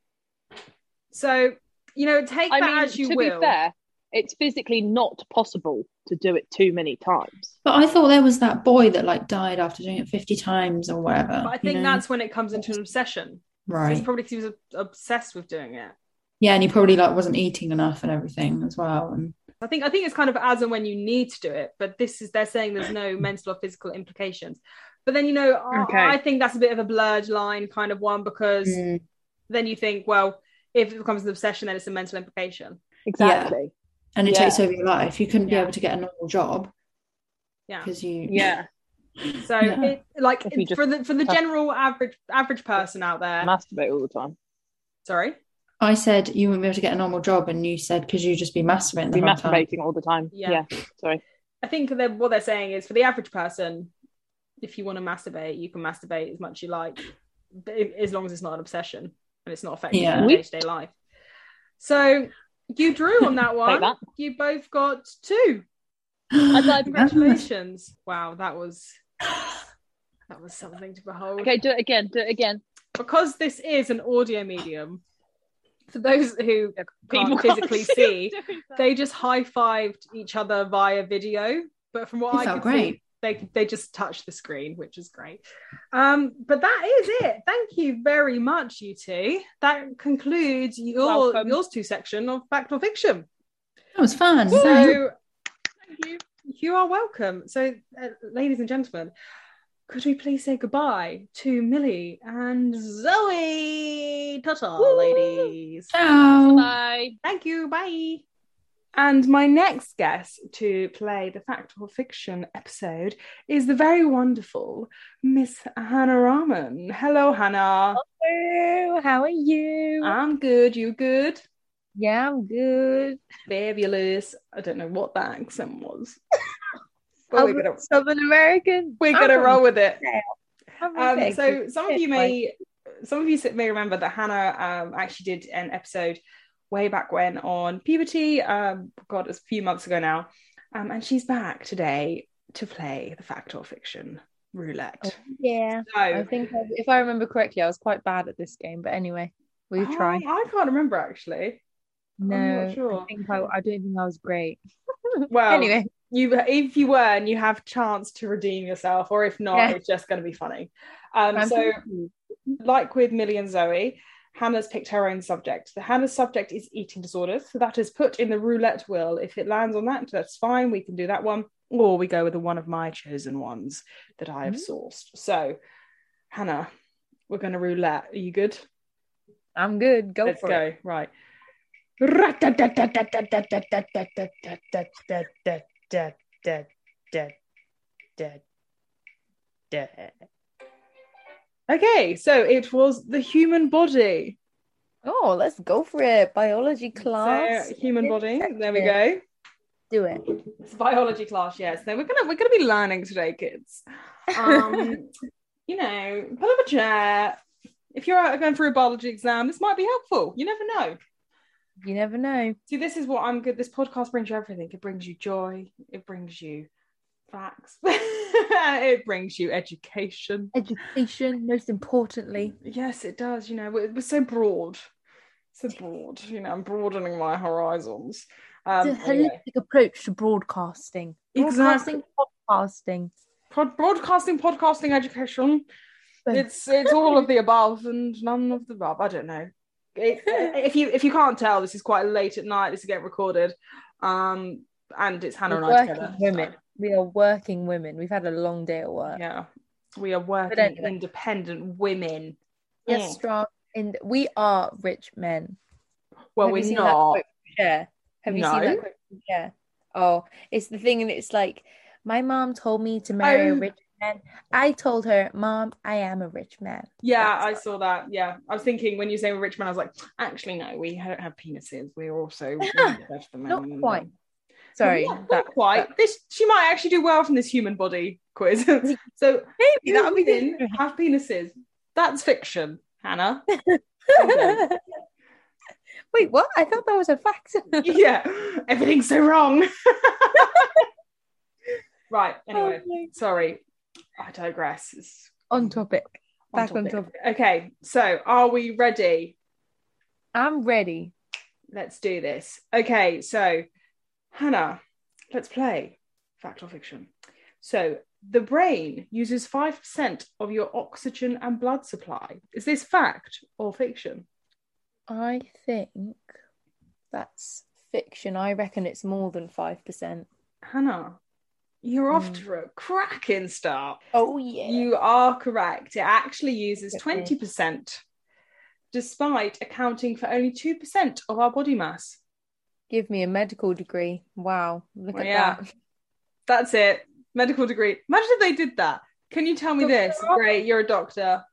Speaker 2: So you know, take
Speaker 3: I
Speaker 2: that
Speaker 3: mean,
Speaker 2: as you
Speaker 3: to
Speaker 2: will.
Speaker 3: be fair, it's physically not possible to do it too many times.
Speaker 4: But I thought there was that boy that like died after doing it 50 times or whatever.
Speaker 2: but I
Speaker 4: you
Speaker 2: think
Speaker 4: know?
Speaker 2: that's when it comes into an obsession. It's
Speaker 4: right.
Speaker 2: probably because he was ob- obsessed with doing it.
Speaker 4: Yeah, and he probably like wasn't eating enough and everything as well. And
Speaker 2: I think I think it's kind of as and when you need to do it, but this is they're saying there's
Speaker 4: [laughs]
Speaker 2: no mental or physical implications. But then you know, I-
Speaker 3: Okay.
Speaker 2: I think that's a bit of a blurred line kind of one because then you think, well, if it becomes an obsession, then it's a mental implication.
Speaker 3: Exactly.
Speaker 4: and it
Speaker 3: Yeah.
Speaker 4: takes over your life. You couldn't
Speaker 2: Yeah.
Speaker 4: be able to get a normal job.
Speaker 2: Yeah.
Speaker 4: Because you
Speaker 3: Yeah.
Speaker 2: So
Speaker 4: Yeah.
Speaker 2: it like
Speaker 3: If you
Speaker 2: it-
Speaker 3: just-
Speaker 2: for the for the
Speaker 3: Uh,
Speaker 2: general average average person out there.
Speaker 3: Masturbate all the time.
Speaker 2: sorry.
Speaker 4: I said you wouldn't be able to get a normal job and you said because you just be masturbating
Speaker 3: be
Speaker 4: the whole time.
Speaker 3: masturbating [gasps] all the time.
Speaker 2: Yeah.
Speaker 3: Yeah. Sorry.
Speaker 2: I think that what they're saying is for the average person, if you want to masturbate, you can masturbate as much as you like, but i- as long as it's not an obsession and it's not affecting
Speaker 4: Yeah.
Speaker 2: your
Speaker 3: We-
Speaker 2: day to day life. So you drew on that
Speaker 3: [laughs] Take
Speaker 2: one.
Speaker 3: that.
Speaker 2: You both got two.
Speaker 4: [gasps]
Speaker 3: I'd like- [laughs]
Speaker 2: Congratulations! Wow, that was that was something to behold.
Speaker 3: Okay, do it again. Do it again.
Speaker 2: Because this is an audio medium. For those who
Speaker 3: People [laughs]
Speaker 2: can't
Speaker 3: can't
Speaker 2: physically
Speaker 3: see
Speaker 2: see,
Speaker 3: doing that.
Speaker 2: they just high fived each other via video. But from what
Speaker 4: It
Speaker 2: I
Speaker 4: felt
Speaker 2: could see,
Speaker 4: great.
Speaker 2: they they just touch the screen, which is great. Um, but that is it. Thank you very much, you two. That concludes your
Speaker 3: Welcome.
Speaker 2: yours two section of fact or fiction.
Speaker 4: That was fun. thanks.
Speaker 2: So
Speaker 3: [laughs] Thank you.
Speaker 2: you are welcome. So, uh, ladies and gentlemen, could we please say goodbye to Millie and Zoe? Ta-ta,
Speaker 3: Woo!
Speaker 2: ladies.
Speaker 4: Ciao.
Speaker 3: Bye.
Speaker 2: Thank you. Bye. And my next guest to play the fact or fiction episode is the very wonderful Miss Hannah Rahman. Hello, Hannah.
Speaker 1: Hello, how are you?
Speaker 2: I'm good. You good?
Speaker 1: yeah, I'm good.
Speaker 2: Fabulous. I don't know what that accent
Speaker 3: [laughs]
Speaker 2: was. but
Speaker 1: I'm
Speaker 2: we're gonna,
Speaker 1: Oh, Southern American.
Speaker 2: we're gonna
Speaker 1: Oh,
Speaker 2: roll with it.
Speaker 1: I'm
Speaker 2: Um,
Speaker 1: Rebecca.
Speaker 2: so some of you
Speaker 1: Yes,
Speaker 2: may some of you may remember that Hannah um, actually did an episode way back when on puberty. Um, God, it's a few months ago now, um, and she's back today to play the fact or fiction roulette.
Speaker 1: yeah, I
Speaker 2: So
Speaker 1: think I- if I remember correctly, I was quite bad at this game, but anyway, we
Speaker 2: Oh,
Speaker 1: try.
Speaker 2: I can't remember actually.
Speaker 1: No,
Speaker 2: sure.
Speaker 1: I think I, I don't think I was great. [laughs]
Speaker 2: Well,
Speaker 1: anyway,
Speaker 2: you if you were and you have chance to redeem yourself, or if not,
Speaker 1: Yeah.
Speaker 2: it's just going to be funny. Um,
Speaker 1: I'm
Speaker 2: so.
Speaker 1: confused.
Speaker 2: like with Millie and Zoe, Hannah's picked her own subject. The Hannah's subject is eating disorders, so that is put in the roulette wheel. If it lands on that, that's fine. We can do that one, or we go with the one of my chosen ones that I have
Speaker 1: Mm-hmm.
Speaker 2: sourced. So, Hannah, we're going to roulette. Are you good?
Speaker 1: I'm good. Go
Speaker 2: Let's
Speaker 1: for
Speaker 2: go. Right.
Speaker 1: it.
Speaker 2: Okay, so it was the human body.
Speaker 1: Oh, let's go for it. Biology class.
Speaker 2: So, human body. There we
Speaker 1: section.
Speaker 2: go.
Speaker 1: Do it.
Speaker 2: It's a biology class, yes. So we're gonna we're gonna be learning today, kids. Um, you know, pull up a chair. If you're out going through a biology exam, this might be helpful. You never know.
Speaker 1: You never know.
Speaker 2: See, this is what I'm good. This podcast brings you everything. It brings you joy. It brings you facts. [laughs] it brings you education.
Speaker 1: Education, most importantly.
Speaker 2: Yes, it does. You know, we're, we're so broad. So broad. You know, I'm broadening my horizons. Um,
Speaker 1: the
Speaker 2: anyway.
Speaker 1: holistic approach to broadcasting.
Speaker 2: Exactly.
Speaker 1: Broadcasting, podcasting.
Speaker 2: Pod- broadcasting, podcasting, education.
Speaker 1: Boom.
Speaker 2: It's it's all of the above and none of the above. I don't know.
Speaker 1: [laughs]
Speaker 2: It- uh, if you if you can't tell, this is quite late at night. This is getting recorded, um, and it's Hannah and
Speaker 1: We're
Speaker 2: I
Speaker 1: working
Speaker 2: together.
Speaker 1: women. We are working women. We've had a long day at work.
Speaker 2: Yeah, we are working
Speaker 1: anyway.
Speaker 2: independent women. Mm.
Speaker 1: Yes, strong. And we are rich men.
Speaker 2: Well,
Speaker 1: Have you
Speaker 2: we're
Speaker 1: seen that
Speaker 2: not.
Speaker 1: quote? Yeah. Have you seen
Speaker 2: No.
Speaker 1: that? quote? Yeah. Oh, it's the thing, and it's like my mom told me to marry
Speaker 2: Oh.
Speaker 1: a rich man. I told her, Mom, I am a rich man.
Speaker 2: Yeah,
Speaker 1: That's
Speaker 2: I
Speaker 1: right.
Speaker 2: saw that. Yeah, I was thinking when you say we're rich men, I was like, actually, no, we don't have penises.
Speaker 1: [laughs]
Speaker 2: We're also better than
Speaker 1: Not
Speaker 2: men.
Speaker 1: quite. Sorry.
Speaker 2: not, not [laughs]
Speaker 1: that-
Speaker 2: quite. This she might actually do well from this human body quiz. [laughs] so
Speaker 1: [laughs] Maybe
Speaker 2: that
Speaker 1: that'll be
Speaker 2: women
Speaker 1: good.
Speaker 2: have penises. That's fiction,
Speaker 1: [laughs]
Speaker 2: Hannah.
Speaker 1: Wait, what? I thought that was a fact. [laughs]
Speaker 2: yeah, everything's so wrong. [laughs] right. Anyway, sorry, I digress. It's
Speaker 1: Oh on topic.
Speaker 2: on
Speaker 1: Back on
Speaker 2: topic. Okay, so are we ready?
Speaker 1: I'm ready.
Speaker 2: Let's do this. Okay, so Hannah, let's play fact or fiction. So the brain uses 5% of your oxygen and blood supply. Is this fact or fiction?
Speaker 1: I think that's fiction. I reckon it's more than 5%.
Speaker 2: Hannah, you're off
Speaker 1: Mm.
Speaker 2: to a cracking start.
Speaker 1: Oh, yeah.
Speaker 2: You are correct. It actually uses
Speaker 1: Okay.
Speaker 2: 20%, despite accounting for only 2% of our body mass.
Speaker 1: Give me a medical degree. Wow. Look
Speaker 2: Well,
Speaker 1: at
Speaker 2: yeah.
Speaker 1: that.
Speaker 2: That's it. Medical degree. Imagine if they did that. Can you tell me this?
Speaker 1: Doctor.
Speaker 2: Great, you're a doctor.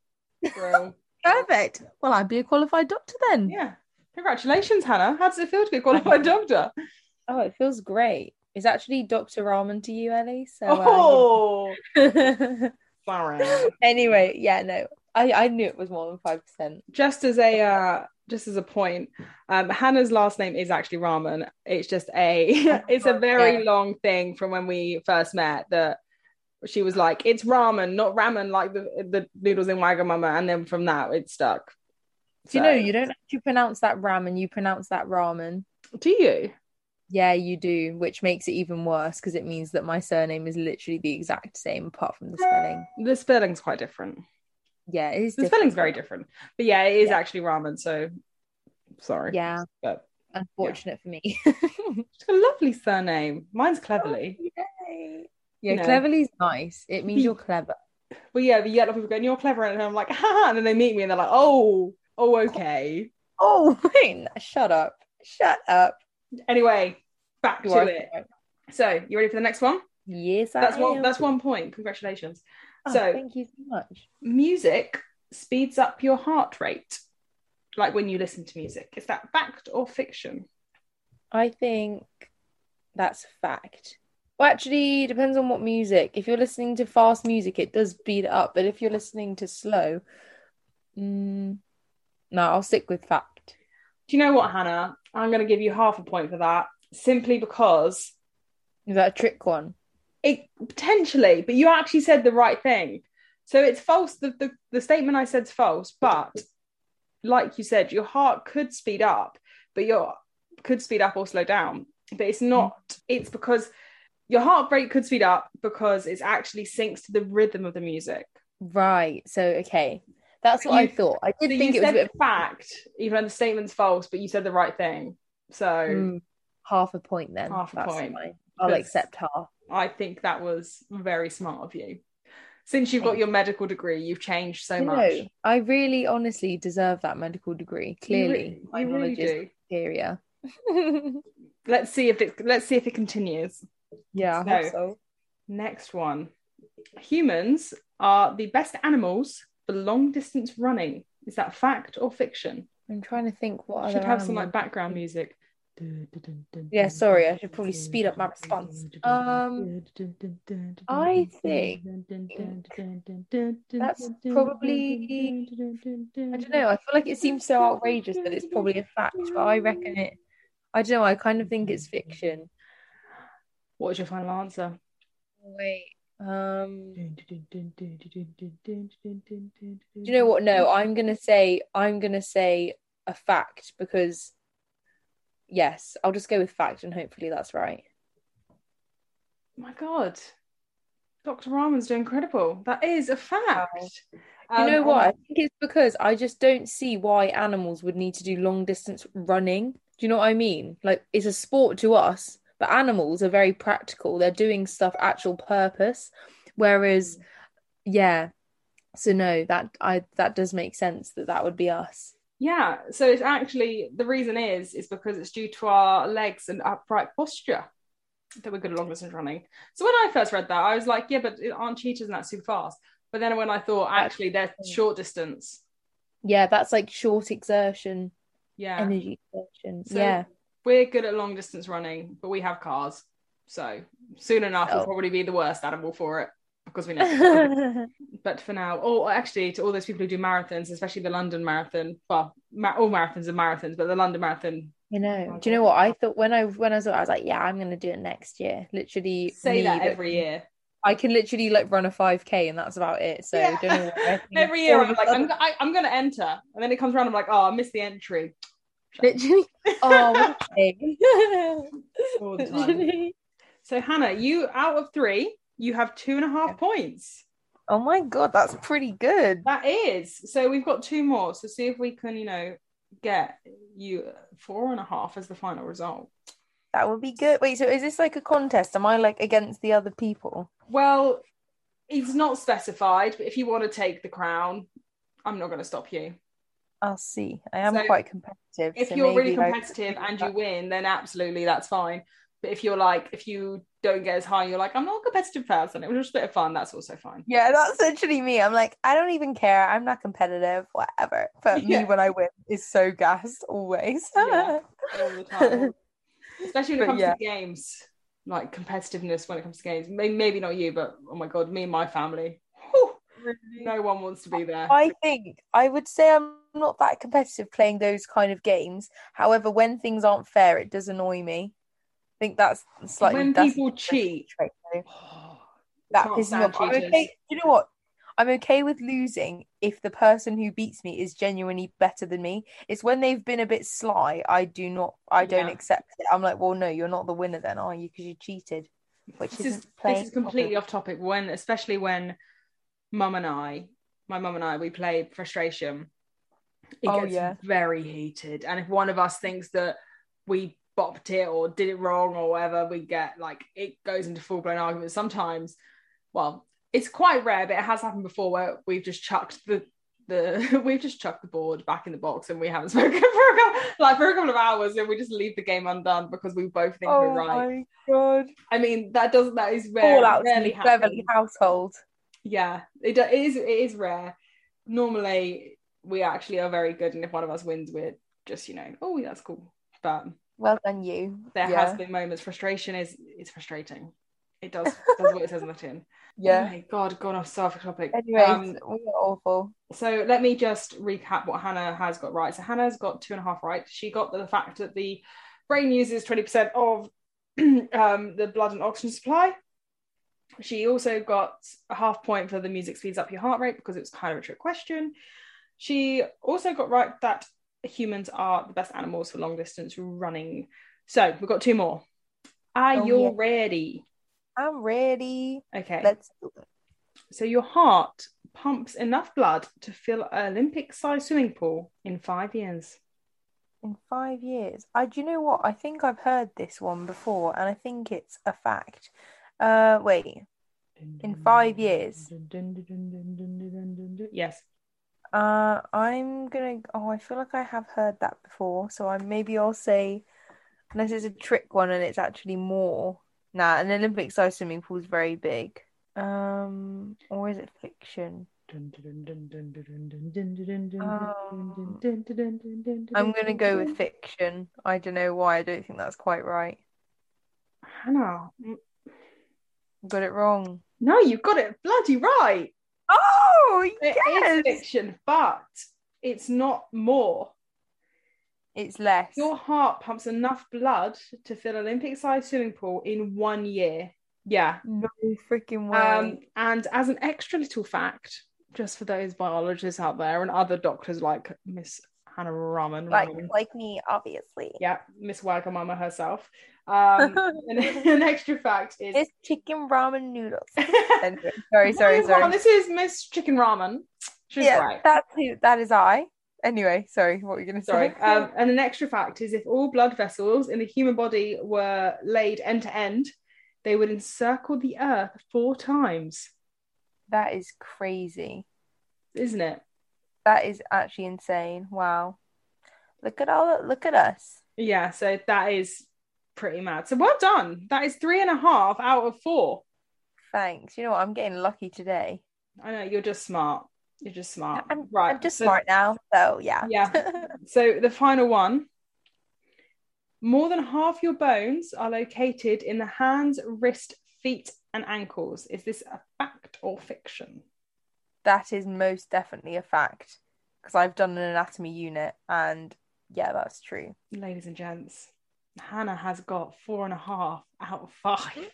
Speaker 2: Brill.
Speaker 1: Perfect. Well, I'd be a qualified doctor then.
Speaker 2: [laughs] yeah. Congratulations, Hannah. How does it
Speaker 1: [laughs]
Speaker 2: feel to be a qualified doctor?
Speaker 1: Oh, it feels great. It's actually Dr. Rahman to you, Ellie. So, uh,
Speaker 2: Oh,
Speaker 1: yeah.
Speaker 2: sorry.
Speaker 1: [laughs] anyway, yeah, no, I, I knew it was more than 5%.
Speaker 2: just as a uh, just as a point, um, Hannah's last name is actually Ramen. It's just
Speaker 1: [laughs]
Speaker 2: a [laughs] it's a very long thing from when we first met that she was like, it's ramen, not ramen, like the the noodles in Wagamama, and then from that it stuck.
Speaker 1: Do you know
Speaker 2: So-
Speaker 1: you don't actually pronounce that ramen, you pronounce that ramen.
Speaker 2: Do you?
Speaker 1: Yeah, you do, which makes it even worse because it means that my surname is literally the exact same apart [gasps] from the spelling.
Speaker 2: The spelling's quite different.
Speaker 1: Yeah, it is.
Speaker 2: The
Speaker 1: different.
Speaker 2: spelling's very different. But yeah, it is
Speaker 1: Yeah.
Speaker 2: actually ramen, so sorry.
Speaker 1: Yeah,
Speaker 2: But
Speaker 1: unfortunate for me.
Speaker 2: it's a lovely surname.
Speaker 1: [laughs]
Speaker 2: Mine's
Speaker 1: Oh,
Speaker 2: cleverly.
Speaker 1: yeah,
Speaker 2: No.
Speaker 1: cleverly's nice. It
Speaker 2: [laughs]
Speaker 1: means you're clever.
Speaker 2: But yeah, but yeah, a lot of people go, you're clever. And I'm like, [laughs] haha. And then they meet me and they're like, oh, oh, okay.
Speaker 1: Oh, [laughs] wait, shut up. Shut up.
Speaker 2: Anyway, back
Speaker 1: You
Speaker 2: to
Speaker 1: are
Speaker 2: it. So you ready for the next one?
Speaker 1: Yes, I
Speaker 2: That's one
Speaker 1: am.
Speaker 2: that's one point. Congratulations.
Speaker 1: Oh,
Speaker 2: so-
Speaker 1: thank you so much.
Speaker 2: Music speeds up your heart rate. Like when you listen to music. Is that fact or fiction?
Speaker 1: I think that's a fact. Well, actually, it depends on what music. If you're listening to fast music, it does beat it up. But if you're listening to slow, mm, no, I'll stick with fact.
Speaker 2: Do you know what, Hannah? I'm gonna give you half a point for that simply because
Speaker 1: Is that a trick one?
Speaker 2: it potentially, but you actually said the right thing. So it's false. The, the, the statement I said's false, but like you said, your heart could speed up, but your could speed up or slow down. But it's not, it's because your heart rate could speed up because it actually syncs to the rhythm of the music.
Speaker 1: Right. So, okay. That's
Speaker 2: So
Speaker 1: what I
Speaker 2: you-
Speaker 1: thought. I
Speaker 2: So
Speaker 1: did
Speaker 2: you
Speaker 1: think it was a
Speaker 2: said
Speaker 1: bit
Speaker 2: fact, even though the statement's false, but you said the right thing. So
Speaker 1: of mm, half a point then.
Speaker 2: Half a
Speaker 1: That's
Speaker 2: point.
Speaker 1: fine. I'll
Speaker 2: Because-
Speaker 1: accept half.
Speaker 2: I think that was very smart of you. Since you've got
Speaker 1: Thank
Speaker 2: your medical degree, you've changed so
Speaker 1: no,
Speaker 2: much.
Speaker 1: I really honestly deserve that medical degree. Clearly,
Speaker 2: you,
Speaker 1: my
Speaker 2: re- you really
Speaker 1: knowledge is
Speaker 2: do. [laughs]
Speaker 1: superior.
Speaker 2: Let's see if it let's see if it continues.
Speaker 1: yeah, I hope so.
Speaker 2: Next one. Humans are the best animals for long distance running. Is that fact or fiction?
Speaker 1: I'm trying to think what
Speaker 2: Should
Speaker 1: other
Speaker 2: have some like
Speaker 1: animals-
Speaker 2: background music.
Speaker 1: Yeah, sorry, I should probably speed up my response. Um, I think that's probably. I don't know. I feel like it seems so outrageous that it's probably a fact, but I reckon it. I don't know. I kind of think it's fiction.
Speaker 2: What was your final answer?
Speaker 1: Wait. Um. Do you know what? No, I'm gonna say. I'm gonna say a fact because. Yes, I'll just go with fact, and hopefully that's right.
Speaker 2: my god. Dr. Rahman's doing incredible. That is a fact.
Speaker 1: You
Speaker 2: Um,
Speaker 1: know what? I think it's because I just don't see why animals would need to do long distance running. Do you know what I mean? Like it's a sport to us, but animals are very practical. They're doing stuff actual purpose.
Speaker 2: Mm.
Speaker 1: Whereas, yeah. So no, that I that does make sense that that would be us.
Speaker 2: Yeah, so it's actually the reason is is because it's due to our legs and upright posture that we're good at long distance running. So when I first read that, I was like, yeah, but aren't cheetahs and that super fast? But then when I thought actually they're short distance,
Speaker 1: Yeah, that's like short exertion,
Speaker 2: yeah,
Speaker 1: energy exertion.
Speaker 2: So-
Speaker 1: yeah.
Speaker 2: we're good at long distance running, but we have cars, so soon enough
Speaker 1: Oh.
Speaker 2: we'll probably be the worst animal for it because
Speaker 1: [laughs]
Speaker 2: we know. but for now, or actually to all those people who do marathons, especially the London Marathon, well, ma- all marathons are marathons, but the London Marathon
Speaker 1: You know,
Speaker 2: my
Speaker 1: do you
Speaker 2: God.
Speaker 1: know what I thought when I when I saw it, I was like, yeah, I'm gonna do it next year. Literally
Speaker 2: say
Speaker 1: me
Speaker 2: that every year.
Speaker 1: I can literally like run a 5k and that's about it. So
Speaker 2: Yeah.
Speaker 1: don't know what
Speaker 2: [laughs]
Speaker 1: I think.
Speaker 2: Every year
Speaker 1: All
Speaker 2: I'm
Speaker 1: of a
Speaker 2: like, I'm,
Speaker 1: sudden-
Speaker 2: I, I'm going to enter. And then it comes around, I'm like, oh, I missed the entry.
Speaker 1: [laughs] literally. Oh, what a shame.
Speaker 2: All the time. [laughs] So, Hannah, you out of three, you have two and a half points.
Speaker 1: [laughs] oh my god, that's pretty good.
Speaker 2: That is. So, we've got two more. So, see if we can, you know, get you four and a half as the final result.
Speaker 1: That would be good. Wait, so is this like a contest? Am I like against the other people?
Speaker 2: Well, it's not specified, but if you want to take the crown, I'm not going to stop you.
Speaker 1: I'll see. I am
Speaker 2: So,
Speaker 1: quite competitive.
Speaker 2: if
Speaker 1: so
Speaker 2: you're really
Speaker 1: maybe, like- uh,
Speaker 2: competitive and you win, then absolutely that's fine. But if you're like, if you don't get as high, you're like, I'm not a competitive person. It was just a bit of fun. That's also
Speaker 1: [laughs]
Speaker 2: fine.
Speaker 1: Yeah, that's literally me. I'm like, I don't even care. I'm not competitive, whatever. But me
Speaker 2: [laughs] Yeah.
Speaker 1: when I win is so gassed always.
Speaker 2: Yeah. All the time. Especially when it
Speaker 1: But
Speaker 2: comes
Speaker 1: yeah.
Speaker 2: to games, like competitiveness when it comes to games. Maybe, maybe not you, but oh my God, me and my family. Whew, no one wants to be there.
Speaker 1: I think I would say I'm not that competitive playing those kind of games. However, when things aren't fair, it does annoy me. I think that's slightly
Speaker 2: when
Speaker 1: that's
Speaker 2: people
Speaker 1: [sighs]
Speaker 2: cheat,
Speaker 1: trait, though.
Speaker 2: [sighs] oh,
Speaker 1: that
Speaker 2: Can't
Speaker 1: pisses me
Speaker 2: stand
Speaker 1: off. I would
Speaker 2: cheaters.
Speaker 1: say, you know what? I'm okay with losing if the person who beats me is genuinely better than me. It's when they've been a bit sly. I do not. I don't
Speaker 2: Yeah.
Speaker 1: accept it. I'm like, well, no, you're not the winner then, are you? Because you cheated. Which
Speaker 2: this is
Speaker 1: isn't playing
Speaker 2: this is completely off topic when especially when mum and i my mum and i we play frustration it
Speaker 1: Oh,
Speaker 2: gets
Speaker 1: yeah.
Speaker 2: very heated and if one of us thinks that we bopped it or did it wrong or whatever we get like it goes into full-blown arguments sometimes well it's quite rare but it has happened before where we've just chucked the the [laughs] we've just chucked the board back in the box and we haven't [laughs] spoken for a couple, like for a couple of hours and we just leave the game undone because we both think
Speaker 1: Oh
Speaker 2: we're right
Speaker 1: my god!
Speaker 2: I mean, that doesn't. That is rare.
Speaker 1: Fall
Speaker 2: It
Speaker 1: out in
Speaker 2: rarely
Speaker 1: the Beverly
Speaker 2: happens.
Speaker 1: household.
Speaker 2: Yeah, it, do- it is. It is rare. Normally, we actually are very good, and if one of us wins, we're just you know, oh, that's cool. But
Speaker 1: Well done, you.
Speaker 2: there
Speaker 1: yeah.
Speaker 2: has been moments. Frustration is is frustrating.
Speaker 1: [laughs]
Speaker 2: It does does what it says on the tin. Oh
Speaker 1: Yeah.
Speaker 2: my God, gone off off topic.
Speaker 1: Anyways,
Speaker 2: Um,
Speaker 1: we are awful.
Speaker 2: so let me just recap what Hannah has got right. So Hannah's got two and a half right. She got the fact that the brain uses 20% of [clears throat] um, the blood and oxygen supply. She also got a half point for the music speeds up your heart rate because it was kind of a trick question. She also got right that humans are the best animals for long distance running. So we've got two more. Are
Speaker 1: Oh,
Speaker 2: you
Speaker 1: yeah.
Speaker 2: ready?
Speaker 1: I'm ready.
Speaker 2: Okay.
Speaker 1: Let's. do it.
Speaker 2: So your heart pumps enough blood to fill an Olympic-sized swimming pool in five years.
Speaker 1: In five years, I do you know what? I think I've heard this one before, and I think it's a fact. Uh, wait. In five years.
Speaker 2: Yes.
Speaker 1: Uh, I'm gonna. Oh, I feel like I have heard that before, so I maybe I'll say, unless it's a trick one and it's actually more. Nah, an Olympic-sized swimming pool is very big. Um, or is it fiction? Um, Mm. I'm gonna go with fiction. I don't know why. I don't think that's quite right.
Speaker 2: Hannah. mm,
Speaker 1: Got it wrong.
Speaker 2: No, you got it bloody right.
Speaker 1: Oh,
Speaker 2: It is
Speaker 1: yes!
Speaker 2: fiction, but it's not more.
Speaker 1: It's less.
Speaker 2: Your heart pumps enough blood to fill an Olympic-sized swimming pool in one year. Yeah.
Speaker 1: No freaking
Speaker 2: Um,
Speaker 1: way.
Speaker 2: and as an extra little fact, just for those biologists out there and other doctors like Miss Hannah Raman,
Speaker 1: Like,
Speaker 2: Raman.
Speaker 1: like me, obviously.
Speaker 2: yeah, Miss Wagamama herself.
Speaker 1: [laughs]
Speaker 2: Um, an, [laughs] an extra fact is
Speaker 1: It's chicken ramen noodles.
Speaker 2: [laughs]
Speaker 1: Anyway, sorry, sorry,
Speaker 2: Miss Wa-
Speaker 1: sorry.
Speaker 2: This is Miss Chicken Ramen. She's
Speaker 1: yeah,
Speaker 2: right.
Speaker 1: that's who, that is I. Anyway, sorry, what were you gonna [laughs]
Speaker 2: Sorry.
Speaker 1: say?
Speaker 2: Um, and an extra fact is if all blood vessels in the human body were laid end to end, they would encircle the earth four times,
Speaker 1: that is crazy.
Speaker 2: isn't it?
Speaker 1: That is actually insane. Wow. Look at all look at us.
Speaker 2: Yeah, so that is pretty mad. So well done. That is three and a half out of four.
Speaker 1: Thanks. You know what? I'm getting lucky today.
Speaker 2: I know you're just smart. You're just smart.
Speaker 1: I'm
Speaker 2: Oh, right.
Speaker 1: I'm just
Speaker 2: so-
Speaker 1: smart now. So yeah. [laughs]
Speaker 2: Yeah. So the final one. More than half your bones are located in the hands, wrist, feet, and ankles. Is this a fact or fiction?
Speaker 1: that is most definitely a fact. Because I've done an anatomy unit and yeah, that's true.
Speaker 2: Ladies and gents, Hannah has got four and a half out of five.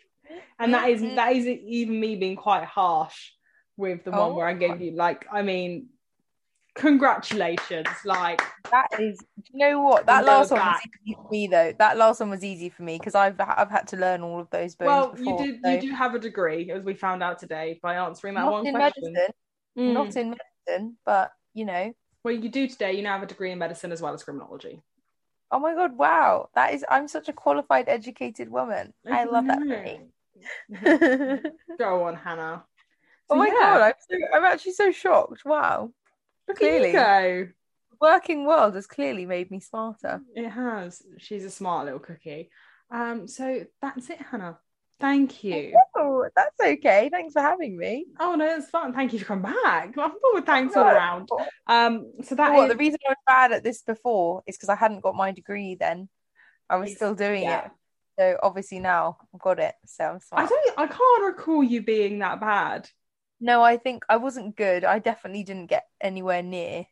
Speaker 2: And that is
Speaker 1: Mm-hmm.
Speaker 2: that is even me being quite harsh with the one
Speaker 1: Oh.
Speaker 2: where I gave you like, I mean, congratulations. Like
Speaker 1: That is, do you know what? That
Speaker 2: Go
Speaker 1: last one was
Speaker 2: back.
Speaker 1: easy for me though. That last one was easy for me because I've I've had to learn all of those bones
Speaker 2: well,
Speaker 1: before.
Speaker 2: you did
Speaker 1: so-
Speaker 2: you do have a degree, as we found out today by answering that
Speaker 1: not
Speaker 2: one
Speaker 1: in
Speaker 2: question.
Speaker 1: medicine,
Speaker 2: Mm.
Speaker 1: not in medicine, but you know.
Speaker 2: Well, you do today. You now have a degree in medicine as well as criminology.
Speaker 1: Oh my god! Wow, that is. I'm such a qualified, educated woman. I love that. For [laughs] me.
Speaker 2: that. Go on, Hannah.
Speaker 1: oh
Speaker 2: So,
Speaker 1: my
Speaker 2: yeah,
Speaker 1: god! I'm so, I'm actually so shocked. Wow,
Speaker 2: Look
Speaker 1: clearly.
Speaker 2: at you go.
Speaker 1: the working world has clearly made me smarter.
Speaker 2: It has. She's a smart little cookie. Um, so that's it, Hannah.
Speaker 1: [laughs]
Speaker 2: Thank you.
Speaker 1: Oh, that's okay. Thanks for having me.
Speaker 2: Oh no, it's fun. Thank you for coming back. I'm full with thanks all
Speaker 1: No.
Speaker 2: around. Um, so that
Speaker 1: You know what,
Speaker 2: is-
Speaker 1: the reason I was bad at this before is because I hadn't got my degree then. I was
Speaker 2: It's-
Speaker 1: still doing
Speaker 2: yeah.
Speaker 1: it. So obviously now I've got it. So I'm smart.
Speaker 2: I don't. I can't recall you being that bad.
Speaker 1: No, I think I wasn't good. I definitely didn't get anywhere near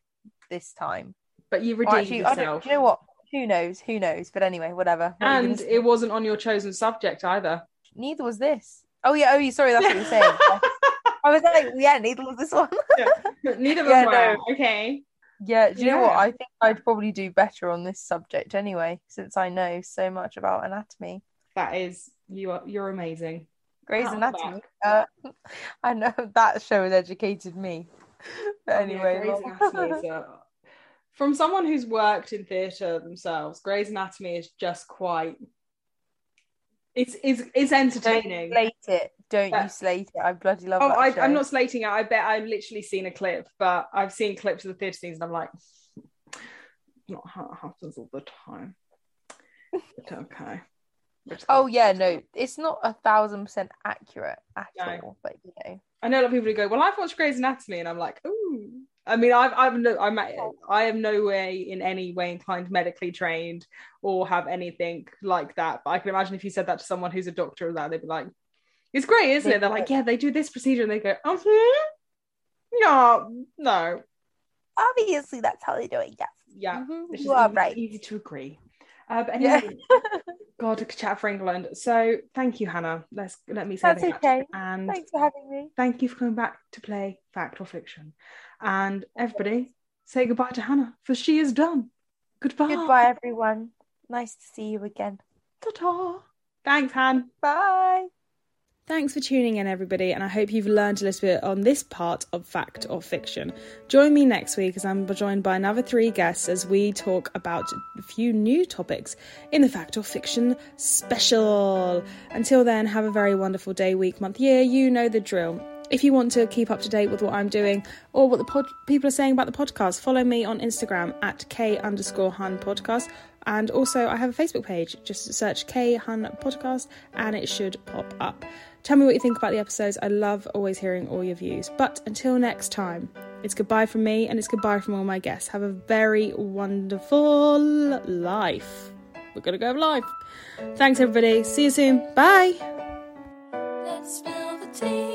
Speaker 1: this time.
Speaker 2: But you
Speaker 1: Well,
Speaker 2: redeemed
Speaker 1: Oh, actually, I don't,
Speaker 2: yourself,
Speaker 1: do you know what? Who knows? Who knows? But anyway, whatever. What are you
Speaker 2: and
Speaker 1: gonna say? [laughs]
Speaker 2: it wasn't on your chosen subject either. [laughs]
Speaker 1: neither was this. Oh yeah. Oh, you sorry. That's what you're saying. I was like, yeah, neither was this one. [laughs]
Speaker 2: Neither of
Speaker 1: Yeah,
Speaker 2: us were. Okay.
Speaker 1: Yeah, do you know what?
Speaker 2: Yeah.
Speaker 1: I think I'd probably do better on this subject anyway, since I know so much about anatomy.
Speaker 2: That is you are you're amazing.
Speaker 1: Grey's
Speaker 2: Oh,
Speaker 1: Anatomy. Uh, [laughs] I know that show has educated me. But
Speaker 2: Oh, Yeah,
Speaker 1: anyway,
Speaker 2: Grey's
Speaker 1: well- [laughs]
Speaker 2: Anatomy is a- from someone who's worked in theatre themselves, Grey's Anatomy is just quite. It's it's, it's
Speaker 1: don't
Speaker 2: entertaining.
Speaker 1: slate it. Don't
Speaker 2: Yeah.
Speaker 1: you slate it. I bloody love
Speaker 2: Oh,
Speaker 1: that
Speaker 2: I,
Speaker 1: show.
Speaker 2: I'm not slating it. I bet I've literally seen a clip, but I've seen clips of the theatre scenes, and I'm like, not how it happens all the
Speaker 1: [laughs]
Speaker 2: time. But okay.
Speaker 1: Oh yeah, no, it's not a thousand percent accurate at
Speaker 2: No.
Speaker 1: all. But you know,
Speaker 2: I know a lot of people who go, "Well, I've watched Grey's Anatomy," and I'm like, "Ooh." I mean, I've, I've no, I'm, I am no way in any way inclined medically trained or have anything like that. But I can imagine if you said that to someone who's a doctor or that, they'd be like, "It's great, isn't it?" They're like, "Yeah, they do this procedure," and they go, "Uh huh." No, no,
Speaker 1: obviously that's how they're doing. Yes,
Speaker 2: yeah,
Speaker 1: Mhm,
Speaker 2: it's
Speaker 1: you
Speaker 2: just
Speaker 1: are
Speaker 2: easy,
Speaker 1: right.
Speaker 2: easy to agree. Uh, but
Speaker 1: Yeah.
Speaker 2: anyway, God, I could chat for England. So thank you, Hannah. Let's let me say
Speaker 1: That's
Speaker 2: that.
Speaker 1: okay.
Speaker 2: And
Speaker 1: Thanks for having me.
Speaker 2: [gasps] thank you for coming back to play Fact or Fiction. And everybody, say goodbye to Hannah, for she is done. Goodbye.
Speaker 1: Goodbye, everyone. Nice to see you again.
Speaker 2: Ta-ta. Thanks, Han.
Speaker 1: Bye.
Speaker 5: Thanks for tuning in, everybody, and I hope you've learned a little bit on this part of fact or fiction. Join me next week as I'm joined by another three guests as we talk about a few new topics in the fact or fiction special. Until then, have a very wonderful day, week, month, year. You know the drill. If you want to keep up to date with what I'm doing or what the pod- people are saying about the podcast, follow me on Instagram at K underscore Hun Podcast. And also, I have a Facebook page. Just search K Hun Podcast and it should pop up. Tell me what you think about the episodes. I love always hearing all your views. But until next time, it's goodbye from me and it's goodbye from all my guests. Have a very wonderful life. We're going to go with life. Thanks, everybody. See you soon. Bye.
Speaker 6: Let's spill the tea.